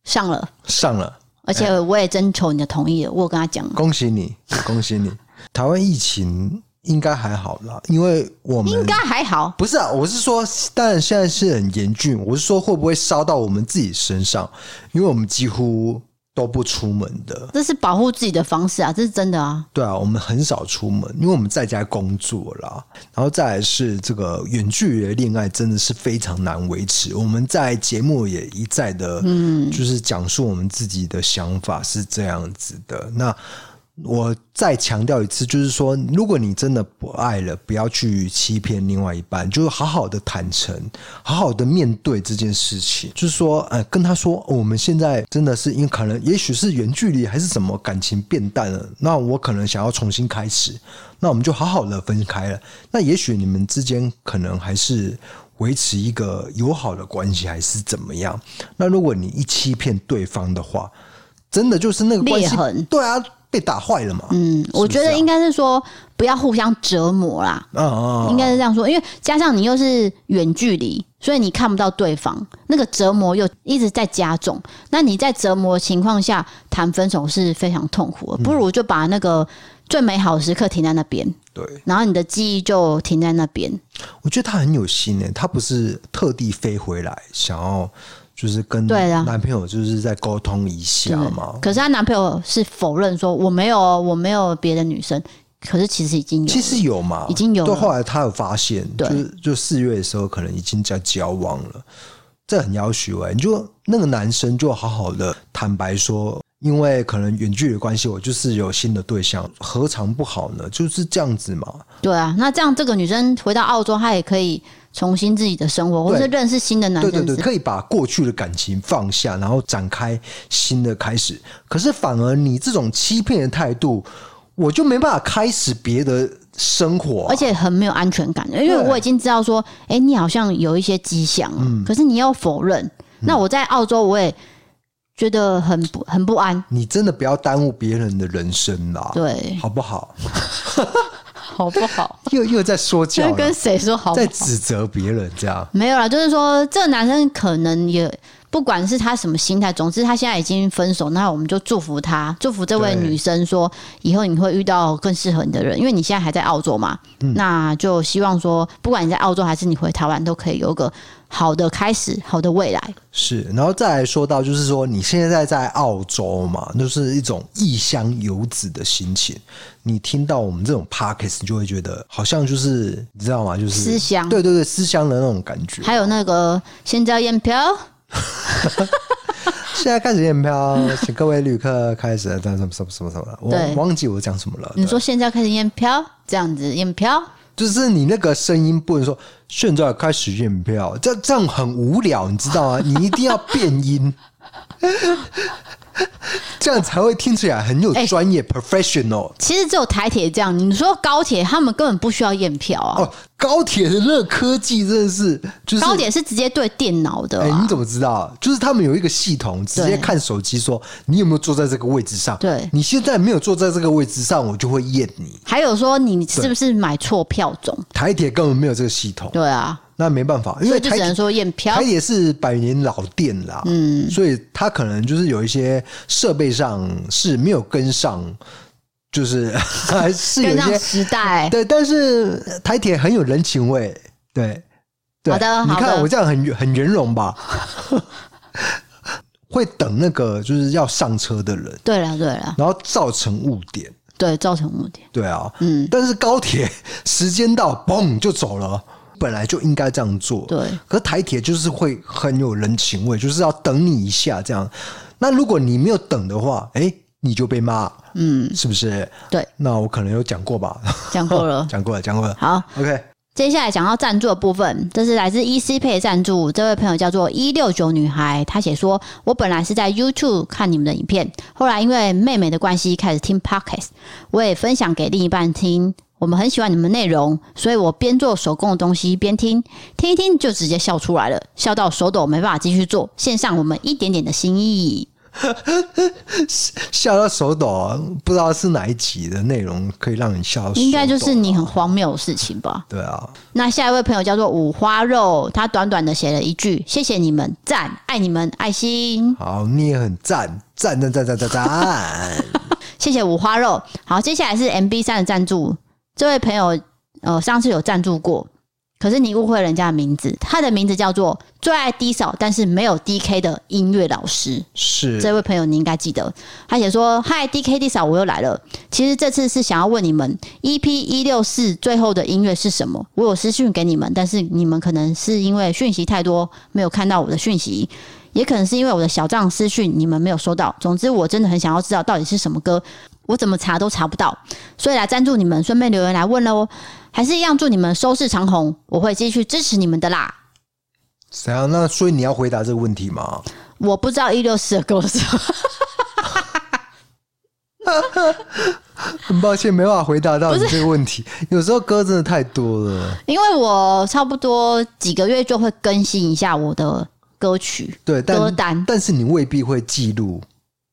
上了，上了，而且我也征求你的同意了，我有跟他讲了。恭喜你，恭喜你。台湾疫情应该还好啦，因为我们应该还好，不是啊，我是说，当然现在是很严峻，我是说会不会烧到我们自己身上？因为我们几乎都不出门的，这是保护自己的方式啊，这是真的啊。对啊，我们很少出门，因为我们在家工作啦。然后再来是这个远距离的恋爱真的是非常难维持。我们在节目也一再的，嗯，就是讲述我们自己的想法是这样子的。那我再强调一次，就是说，哦如果你真的不爱了，不要去欺骗另外一半，就是好好的坦诚，好好的面对这件事情。就是说，呃，跟他说，哦我们现在真的是因为可能，也许是远距离还是什么，感情变淡了，那我可能想要重新开始，那我们就好好的分开了。那也许你们之间可能还是。维持一个友好的关系还是怎么样？那如果你一欺骗对方的话，真的就是那个关系裂痕对啊，被打坏了嘛。嗯嗯，我觉得应该是说不要互相折磨啦，啊啊，应该是这样说，因为加上你又是远距离，所以你看不到对方，那个折磨又一直在加重。那你在折磨的情况下谈分手是非常痛苦的，不如就把那个最美好的时刻停在那边，对，然后你的记忆就停在那边。我觉得他很有心诶、欸他不是特地飞回来想要就是跟对啊嗯男朋友就是在沟通一下嘛。可是她男朋友是否认说我没有哦，我没有别的女生，可是其实已经有了，其实有嘛，已经有了对，后来他有发现，就对是就四月的时候，可能已经在交往了，这很要求哎、你就那个男生就好好的坦白说，因为可能远距离的关系，我就是有新的对象，何尝不好呢？就是这样子嘛。对啊，那这样这个女生回到澳洲，她也可以重新自己的生活，或对是认识新的男对生。对对，可以把过去的感情放下，然后展开新的开始。可是反而你这种欺骗的态度，我就没办法开始别的生活啊、而且很没有安全感，因为对我已经知道说，哎、你好像有一些迹象了，嗯可是你又否认。那我在澳洲，我也觉得很不很不安。你真的不要耽误别人的人生啦，对，好不好？好不 好？又又在说教这了， 跟谁说好不在好？指责别人这样。没有啦，就是说这个男生可能也不管是他什么心态，总之他现在已经分手，那我们就祝福他，祝福这位对女生说以后你会遇到更适合你的人，因为你现在还在澳洲嘛，嗯那就希望说不管你在澳洲还是你回台湾，都可以有个好的开始，好的未来。是，然后再来说到，就是说你现在在澳洲嘛，就是一种异乡游子的心情。你听到我们这种 podcast，你就会觉得好像就是你知道吗？就是思乡对对对，思乡的那种感觉。还有那个现在验票，现在开始验票，请各位旅客开始，但什么什么什么什么了，我对忘记我讲什么了。你对说现在开始验票，这样子验票，就是你那个声音不能说现在开始验票，这这样很无聊，你知道吗？你一定要变音， 这样才会听起来很有哎专业、professional。其实只有台铁这样。你说高铁，他们根本不需要验票啊，哦，高铁的那个科技真的是，就是高铁是直接对电脑的、哎、啊。你怎么知道？就是他们有一个系统，直接看手机说你有没有坐在这个位置上。对你现在没有坐在这个位置上，我就会验你。还有说你是不是买错票种？台铁根本没有这个系统，对啊，那没办法，因所为以就台只能铁说验票台。铁是百年老店啦，嗯，所以它可能就是有一些设备上是没有跟上，就是 还是有跟一上些时代，对，但是台铁很有人情味，对，对好的你好看的我这样很很圆融吧， 会等那个就是要上车的人，对了对了，然后造成误点，对造成误点，对啊，嗯，但是高铁时间到，嘣就走了。本来就应该这样做，对。可台铁就是会很有人情味，就是要等你一下这样。那如果你没有等的话，哎、你就被骂，嗯，是不是？对，那我可能有讲过吧， 讲过了。讲过了，讲过了。好， OK，接下来讲到赞助的部分，这是来自 EC 配赞助，这位朋友叫做一六九女孩，她写说：“我本来是在 YouTube 看你们的影片，后来因为妹妹的关系开始听 Podcast，我也分享给另一半听。我们很喜欢你们内容，所以我边做手工的东西边听，听一听就直接笑出来了，笑到手抖没办法继续做，献上我们一点点的心意。笑到手抖啊，不知道是哪一集的内容可以让你笑到手抖啊应该就是你很荒谬的事情吧？对啊，那下一位朋友叫做五花肉，他短短的写了一句：“谢谢你们，赞，爱你们，爱心，好，你也很赞，赞赞赞赞 赞赞。谢谢五花肉。”好，接下来是 MB 三的赞助，这位朋友呃上次有赞助过，可是你误会人家的名字，他的名字叫做最爱低扫但是没有 DK 的音乐老师。是这位朋友你应该记得，他写说：“嗨，DK D 嫂，我又来了。其实这次是想要问你们，EP 一六四最后的音乐是什么？我有私讯给你们，但是你们可能是因为讯息太多，没有看到我的讯息。”也可能是因为我的小账私讯你们没有收到。总之，我真的很想要知道到底是什么歌，我怎么查都查不到，所以来赞助你们，顺便留言来问喽。还是一样祝你们收视长虹，我会继续支持你们的啦。怎样？那所以你要回答这个问题吗？我不知道一六四的歌是什么，很抱歉，没办法回答到你这个问题。有时候歌真的太多了，因为我差不多几个月就会更新一下我的歌曲，对，歌但单但是你未必会记录，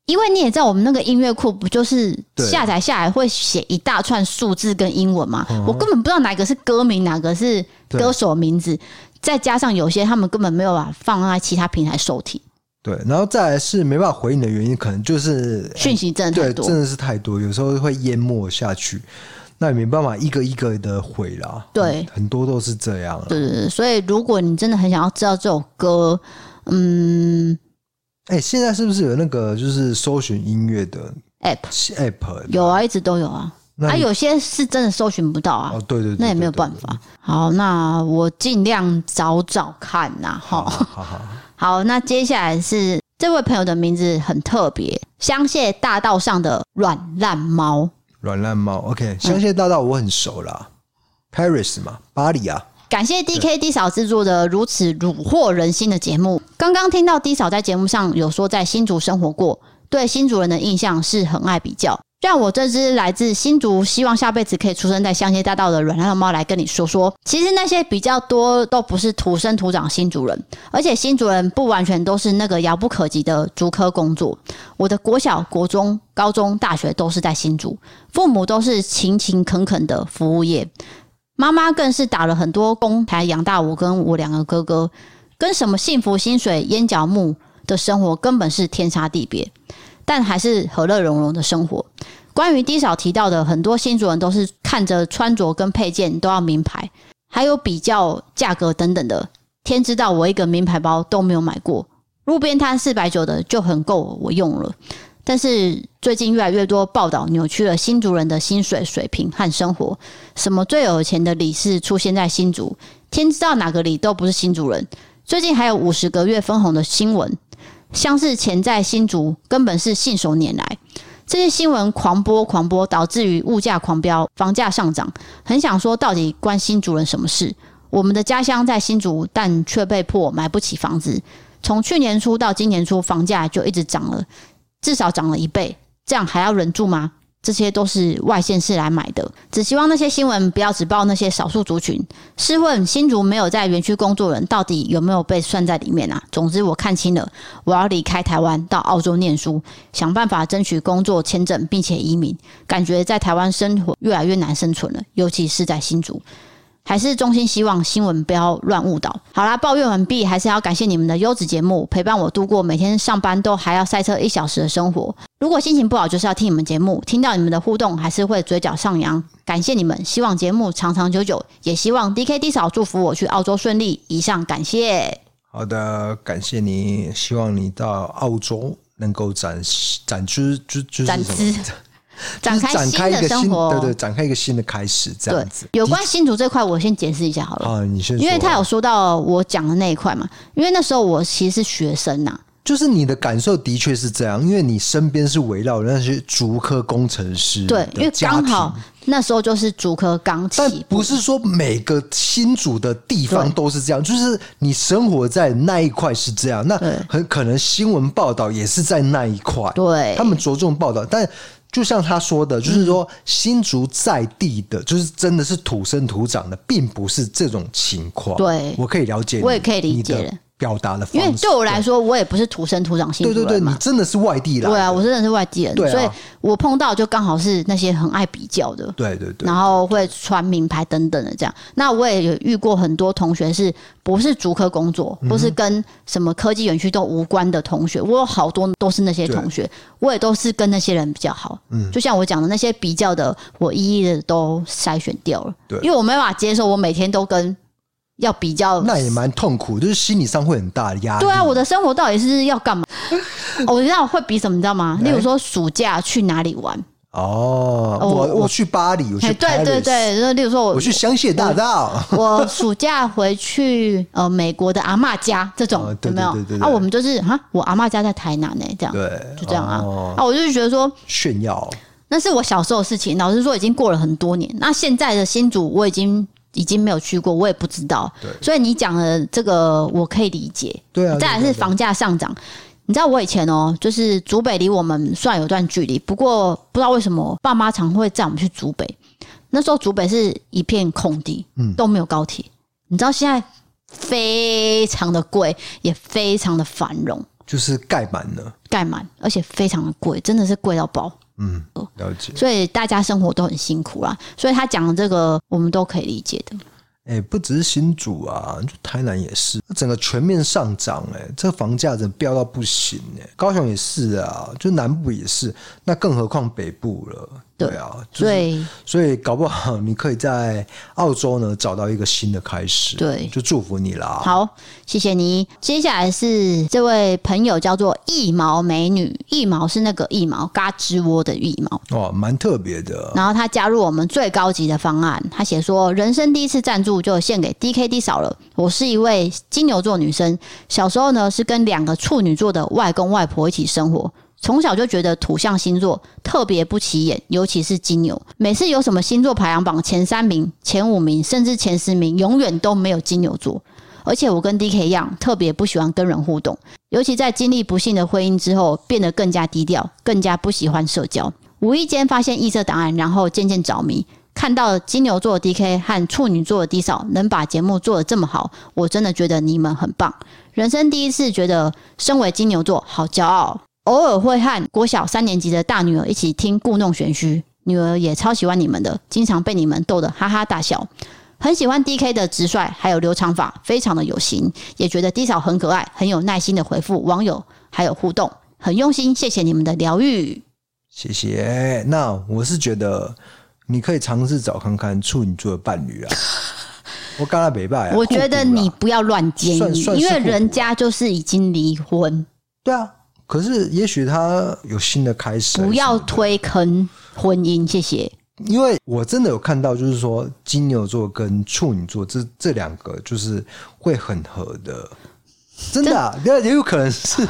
因为你也知道我们那个音乐库不就是对下载下来会写一大串数字跟英文嘛？我根本不知道哪个是歌名，哪个是对歌手名嗯字，再加上有些他们根本没有把它放在其他平台收听，对。然后再来是没办法回应的原因，可能就是讯息真的太对，多。真的是太多，有时候会淹没下去，那也没办法一个一个的回啦。对很很多都是这样啊啦。对对对，所以如果你真的很想要知道这首歌，嗯哎、现在是不是有那个就是搜寻音乐的，app app？有啊，一直都有啊，那啊，你有些是真的搜寻不到啊。哦，对对对那也没有办。对对法。好，那我尽量找找看呐、好啊哈，好好好，好，那接下来是这位朋友的名字很特别，香榭大道上的软烂猫，软烂猫，OK，香嗯榭大道我很熟啦、p a r i s 嘛，巴黎啊，感谢 D K D 嫂制作的如此虏获人心的节目。刚刚听到 D 嫂在节目上有说在新竹生活过，对新竹人的印象是很爱比较，让我这只来自新竹，希望下辈子可以出生在香榭大道的软烂猫来跟你说说，其实那些比较多都不是土生土长新竹人，而且新竹人不完全都是那个遥不可及的竹科工作。我的国小、国中、高中、大学都是在新竹，父母都是勤勤恳恳的服务业。妈妈更是打了很多工才养大我跟我两个哥哥，跟什么幸福薪水、烟角木的生活根本是天差地别，但还是和乐融融的生活。关于低嫂提到的，很多新主人都是看着穿着跟配件都要名牌，还有比较价格等等的。天知道我一个名牌包都没有买过，路边摊四百九的就很够我用了。但是最近越来越多报道扭曲了新族人的薪水水平和生活，什么最有钱的里是出现在新竹，天知道哪个里都不是新竹人。最近还有五十个月分红的新闻，相似钱在新竹根本是信手拈来。这些新闻狂播狂播，导致于物价狂飙，房价上涨。很想说，到底关新竹人什么事？我们的家乡在新竹，但却被迫买不起房子。从去年初到今年初，房价就一直涨了，至少涨了一倍。这样还要忍住吗？这些都是外县市来买的，只希望那些新闻不要只报那些少数族群。试问新竹没有在园区工作人，到底有没有被算在里面啊？总之我看清了，我要离开台湾到澳洲念书，想办法争取工作签证，并且移民。感觉在台湾生活越来越难生存了，尤其是在新竹。还是衷心希望新闻不要乱误导。好啦，抱怨完毕，还是要感谢你们的优质节目，陪伴我度过每天上班都还要塞车一小时的生活。如果心情不好，就是要听你们节目，听到你们的互动，还是会嘴角上扬。感谢你们，希望节目长长久久，也希望 D K D 嫂祝福我去澳洲顺利。以上感谢。好的，感谢你，希望你到澳洲能够展展枝枝枝展 枝展开展新开一的个生新活，对对，展开一个新的开始，这样子。有关新竹这块，我先解释一下好了，啊，你先说，因为他有说到我讲的那一块嘛，因为那时候我其实是学生呐、就是你的感受的确是这样，因为你身边是围绕那些竹科工程师对，因为的嗯家庭，刚好那时候就是竹科刚但起步，不是说每个新主的地方都是这样，就是你生活在那一块是这样，那对很可能新闻报道也是在那一块，对他们着重报道，但。就像他说的，就是说新竹在地的，就是真的是土生土长的，并不是这种情况。对我可以了解你，我也可以理解你的表达的方因式。为对我来说，我也不是土生土长新对竹对对，人你嘛。真的是外地来的。对啊，我真的是外地人，对啊所以我碰到就刚好是那些很爱比较的，对对对然后会穿名牌等等的这样。那我也有遇过很多同学是不是竹科工作，嗯或是跟什么科技园区都无关的同学，我有好多都是那些同学，我也都是跟那些人比较好。嗯，就像我讲的那些比较的，我一一的都筛选掉了，对因为我没办法接受我每天都跟要比较那也蛮痛苦，就是心理上会很大的压力。对啊，我的生活到底是要 干嘛？我知道我会比什么，你知道吗？例如说暑假去哪里玩？哦，我我我去巴黎，我去哎，对对 Paris，对，就是例如说我我去香榭大道。 我暑假回去呃美国的阿嬷家这种、哦对有没有？对对对对啊，我们就是啊，我阿嬷家在台南呢、这样 对，就这样啊、哦啊，我就是觉得说炫耀那是我小时候的事情，老实说已经过了很多年。那现在的新竹我已经已经没有去过，我也不知道。对所以你讲的这个我可以理解。对啊再来对是对对房价上涨。你知道我以前哦、就是竹北离我们算有段距离，不过不知道为什么爸妈常会载我们去竹北。那时候竹北是一片空地，嗯都没有高铁。你知道现在非常的贵，也非常的繁荣，就是盖满了，盖满，而且非常的贵，真的是贵到爆。嗯，了解。所以大家生活都很辛苦啦。所以他讲的这个，我们都可以理解的。哎、不只是新竹啊，就台南也是，整个全面上涨，哎，这房价真的飙到不行，哎，高雄也是啊，就南部也是，那更何况北部了，对对啊，就是所以所以搞不好你可以在澳洲呢找到一个新的开始，对就祝福你啦。，好，谢谢你。接下来是这位朋友叫做一毛美女，一毛是那个一毛嘎吱窝的一毛。哦，蛮特别的，然后他加入我们最高级的方案，他写说人生第一次赞助就献给 DKD 嫂了。我是一位金牛座女生，小时候呢是跟两个处女座的外公外婆一起生活。从小就觉得土象星座特别不起眼，尤其是金牛。每次有什么星座排行榜前三名、前五名，甚至前十名，永远都没有金牛座。而且我跟 D K 一样，特别不喜欢跟人互动，尤其在经历不幸的婚姻之后，变得更加低调，更加不喜欢社交。无意间发现异色档案，然后渐渐着迷。看到金牛座的 D K 和处女座的 D 嫂能把节目做得这么好，我真的觉得你们很棒。人生第一次觉得身为金牛座好骄傲。偶尔会和国小三年级的大女儿一起听故弄玄虚，女儿也超喜欢你们的，经常被你们逗得哈哈大笑。很喜欢 D K 的直率，还有留长发，非常的有型，也觉得 D 嫂很可爱，很有耐心的回复网友还有互动，很用心，谢谢你们的疗愈。谢谢。那我是觉得你可以尝试找看看处女座的伴侣啊。 我刚才北拜、啊，我觉得互补啦你不要乱建算议，啊算是因为互补人家就是已经离婚，对啊，可是也许他有新的开始，不要，推坑婚姻，谢谢。因为我真的有看到，就是说金牛座跟处女座这这两个就是会很合的。真的、啊，那也有可 能是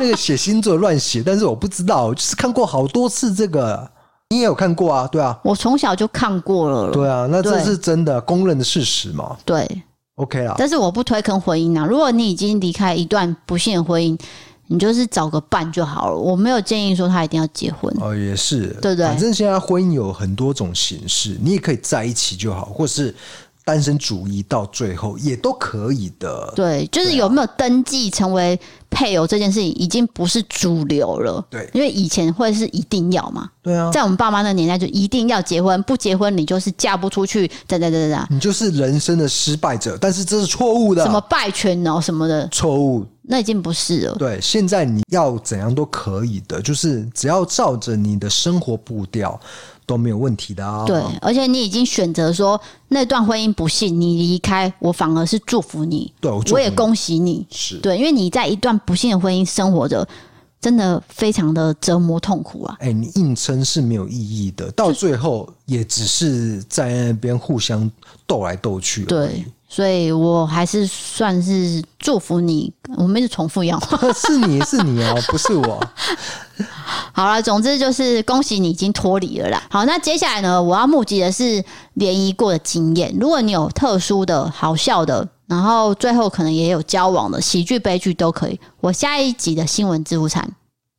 那个写星座乱写，但是我不知道，我就是看过好多次这个，你也有看过啊，对啊，我从小就看过了了。对啊，那这对是真的公认的事实嘛对， ？OK 啦，但是我不推坑婚姻啊。如果你已经离开一段不幸的婚姻，你就是找个伴就好了。我没有建议说他一定要结婚。哦，也是，对不对反正现在婚姻有很多种形式，你也可以在一起就好，或是单身主义到最后也都可以的。对，就是有没有登记成为配偶这件事情，已经不是主流了。对因为以前会是一定要嘛，对啊，在我们爸妈那年代就一定要结婚，不结婚你就是嫁不出去，等等等等等，你就是人生的失败者，但是这是错误的，什么拜权哦什么的，错误？那已经不是了。对，现在你要怎样都可以的，就是只要照着你的生活步调都没有问题的啊。对，而且你已经选择说那段婚姻不幸，你离开，我反而是祝福你，对我祝福我也你恭喜你。是。对，因为你在一段不幸的婚姻生活着，真的非常的折磨痛苦啊。哎、你硬撑是没有意义的，到最后也只是在那边互相斗来斗去。，对，所以我还是算是祝福你。我们一直重复一样话。 是你是你哦，不是我。好了，总之就是恭喜你已经脱离了啦。好，那接下来呢，我要募集的是联谊过的经验。如果你有特殊的、好笑的，然后最后可能也有交往的，喜剧、悲剧都可以。我下一集的新闻自助餐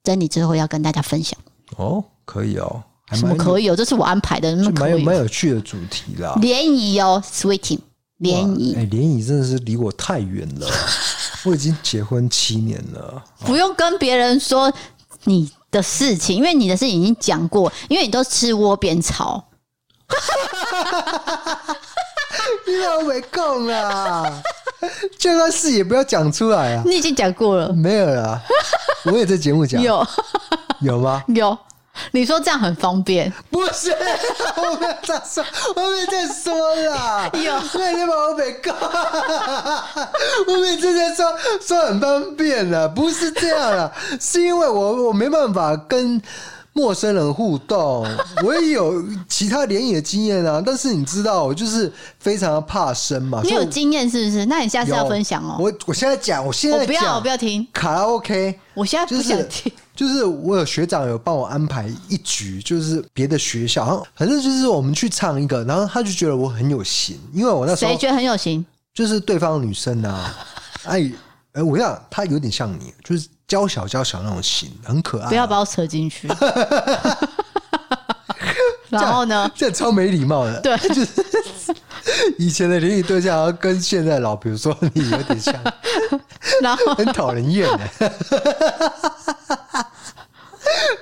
整理之后要跟大家分享。哦，可以哦，还什么蛮有可以哦？这是我安排的，那么就可蛮有以蛮哦有趣的主题啦。联谊哦，sweeting 联谊哎、。联谊真的是离我太远 了，我已经结婚七年了。不用跟别人说你的事情，因为你的事情已经讲过，因为你都吃窝边草。你老没空啦， 就算是也不要讲出来啊。你已经讲过了，没有啦，我也在节目讲，有有吗？有，你说这样很方便，不是，我没有这样说，我没有这样说啦。有那你把我没告，我每次在说说很方便啦，不是这样啦，是因为我我没办法跟。陌生人互动，我也有其他联谊的经验啊，但是你知道，我就是非常的怕生嘛。你所以有我经验是不是？那你下次要有分享哦。我我现在讲，我现我在不要，讲我不要听，卡拉 OK，我 现在就不想是听。就是我有学长有帮我安排一局，就是别的学校，好像反正就是我们去唱一个，然后他就觉得我很有型，因为我那时候谁觉得很有型？就是对方的女生 啊，哎，哎，我跟你讲，她有点像你，就是娇小娇小那种型，很可爱、不要把我扯进 去。然后呢？ 这超没礼貌的。对， 就是以前的联谊对象，然后跟现在的老，比如说你有点像，然后很讨人厌的。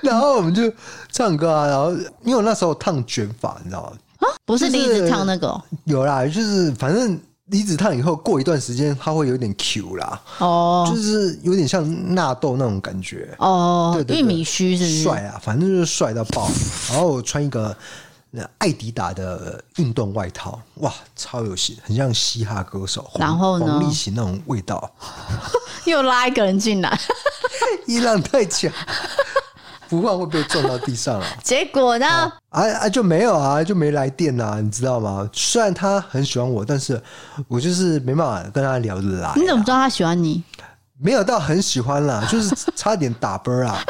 然后我们就唱歌啊，然后因为我那时候烫卷发，你知道吗？不是就离是子烫那个哦有啦，就是反正离子烫以后过一段时间，它会有点 Q 啦，就哦是有点像纳豆那种感觉，哦对，对对玉米须是不帅是？啊，反正就是帅到爆。然后我穿一个呃艾迪达的运动外套，哇，超有型，很像嘻哈歌手，黄然后呢黄立行那种味道， 又拉一个人进来，伊朗太强，不换会被撞到地上啊！结果呢？啊啊，就没有啊，就没来电啊，你知道吗？虽然他很喜欢我，但是我就是没办法跟他聊得来啊、你怎么知道他喜欢你？没有到很喜欢啦，就是差点打啵儿啊！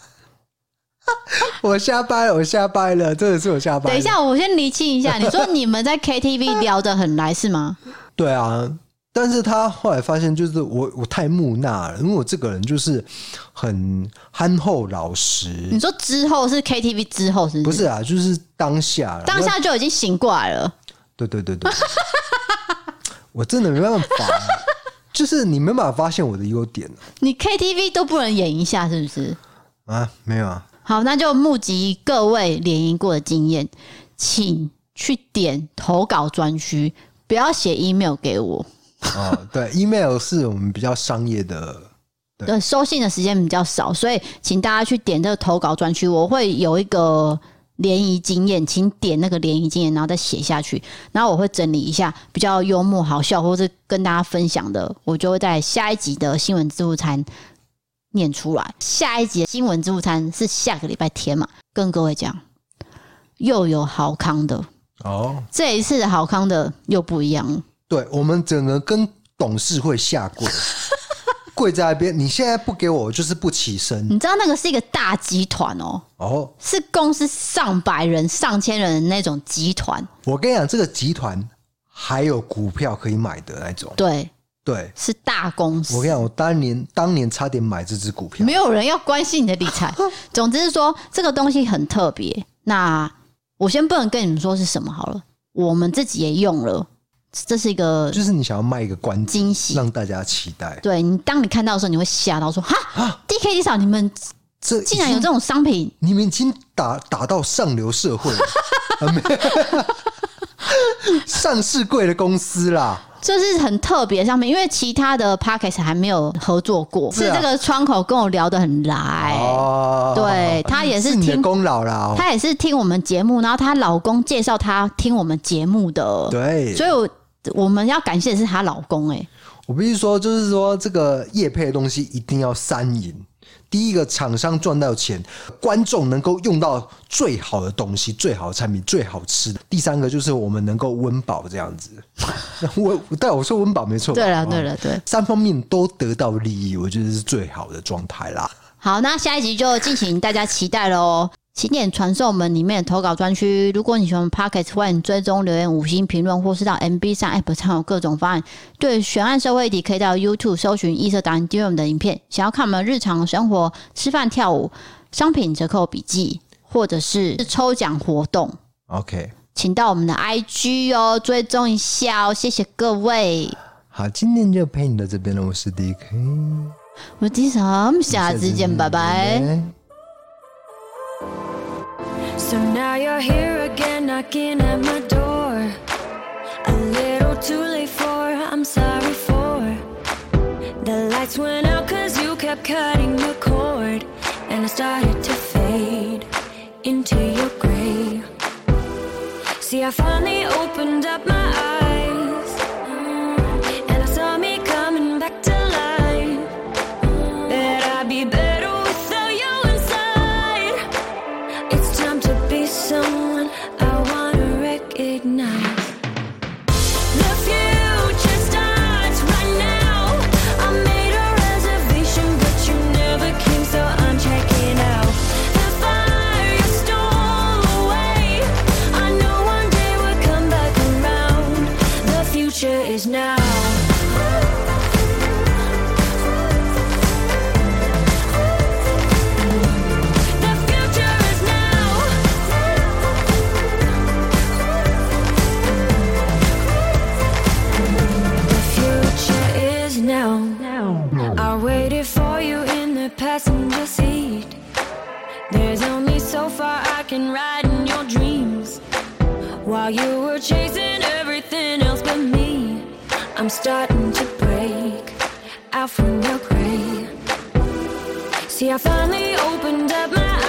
我瞎掰了，我瞎掰了，真的是我瞎掰。等一，下，我先厘清 一下，你说你们在 KTV 聊得很来是吗？对啊，但是他后来发现，就是我我太木讷了，因为我这个人就是很憨厚老实你，说之后是 KTV 之后是不不是？是啊，就是当下啦当，下就已经醒过来了，对对对 对，我真的没办法啊、就是你没办法发现我的优点你 KTV 都不能演一下是不是？啊，没有啊，好，那就募集各位联谊过的经验，请去点投稿专区，不要写 email 给我。哦，对，email 是我们比较商业的。对对，收信的时间比较少，所以请大家去点这个投稿专区，我会有一个联谊经验，请点那个联谊经验，然后再写下去，然后我会整理一下比较幽默好笑或是跟大家分享的，我就会在下一集的新闻自助餐念出来。下一集的新闻自助餐是下个礼拜天嘛？跟各位讲，又有好康的，哦，这一次的好康的又不一样了。对，我们整个跟董事会下跪，跪在那边，你现在不给我，我就是不起身。你知道那个是一个大集团哦，哦，是公司上百人、上千人的那种集团。我跟你讲，这个集团还有股票可以买的那种。对，对，是大公司。我跟你讲，我当年当年差点买这只股票没。有人要关心你的理 财。总之是说，这个东西很特别。那我先不能跟你们说是什么好了，我们自己也用了，这是一个就是你想要卖一个关子，惊喜。让大家期待。对你，当你看到的时候，你会吓到说：“啊哈，DKD 少，你们这竟然有这种商品你们已经打打到上流社 会了，啊没上市贵的公司啦，！”就是很特别的商品，因为其他的 p a c k a g e 还没有合作过，是是啊这个窗口跟我聊得很来，哦，哎对他也是是你的听功劳啦、哦，她也是听我们节目，然后她老公介绍她听我们节目的，对，所以我我们要感谢的是她老公哎、我必须说，就是说这个业配的东西一定要三赢。第一个，厂商赚到钱，观众能够用到最好的东西、最好的产品、最好吃的。第三个就是我们能够温饱这样子。 我但我说温饱没错吧，对了，哦对了，对。三方面都得到利益，我觉得是最好的状态啦。好，那下一集就敬请大家期待喽。起点传送门里面的投稿专区，如果你喜欢 Pocket，欢迎追踪留言、五星评论，或是到 MB 上 App 上有各种方案。对悬案社会议题，可以到 YouTube 搜寻“异色答案”订阅我们的影片。想要看我们日常生活、吃饭、跳舞、商品折扣笔记，或者是抽奖活动， OK，请到我们的 IG 哦，追踪一下哦，谢谢各位。好，今天就陪你到这边了，我是 DK，我是 D sam，下次见，拜拜。。 So now you're here again, knocking at my door. A little too late for, I'm sorry for. The lights went out cause you kept cutting the cord. And I started to fade into your gray. See, I finally opened up my eyes. Mm. And I saw me coming back to life. That I'd be better without you inside. It's time to be someone I wanna recognize. The future starts right now. I made a reservation, but you never came, so I'm checking out. The fire you stole away. I know one day we'll come back around. The future is now. The future is now. The future is now. I waited for you in the passenger seat. There's only so far I can ride in your dreams. While you were chasing everything else but me, I'm starting to break out from your grave. See, I finally opened up my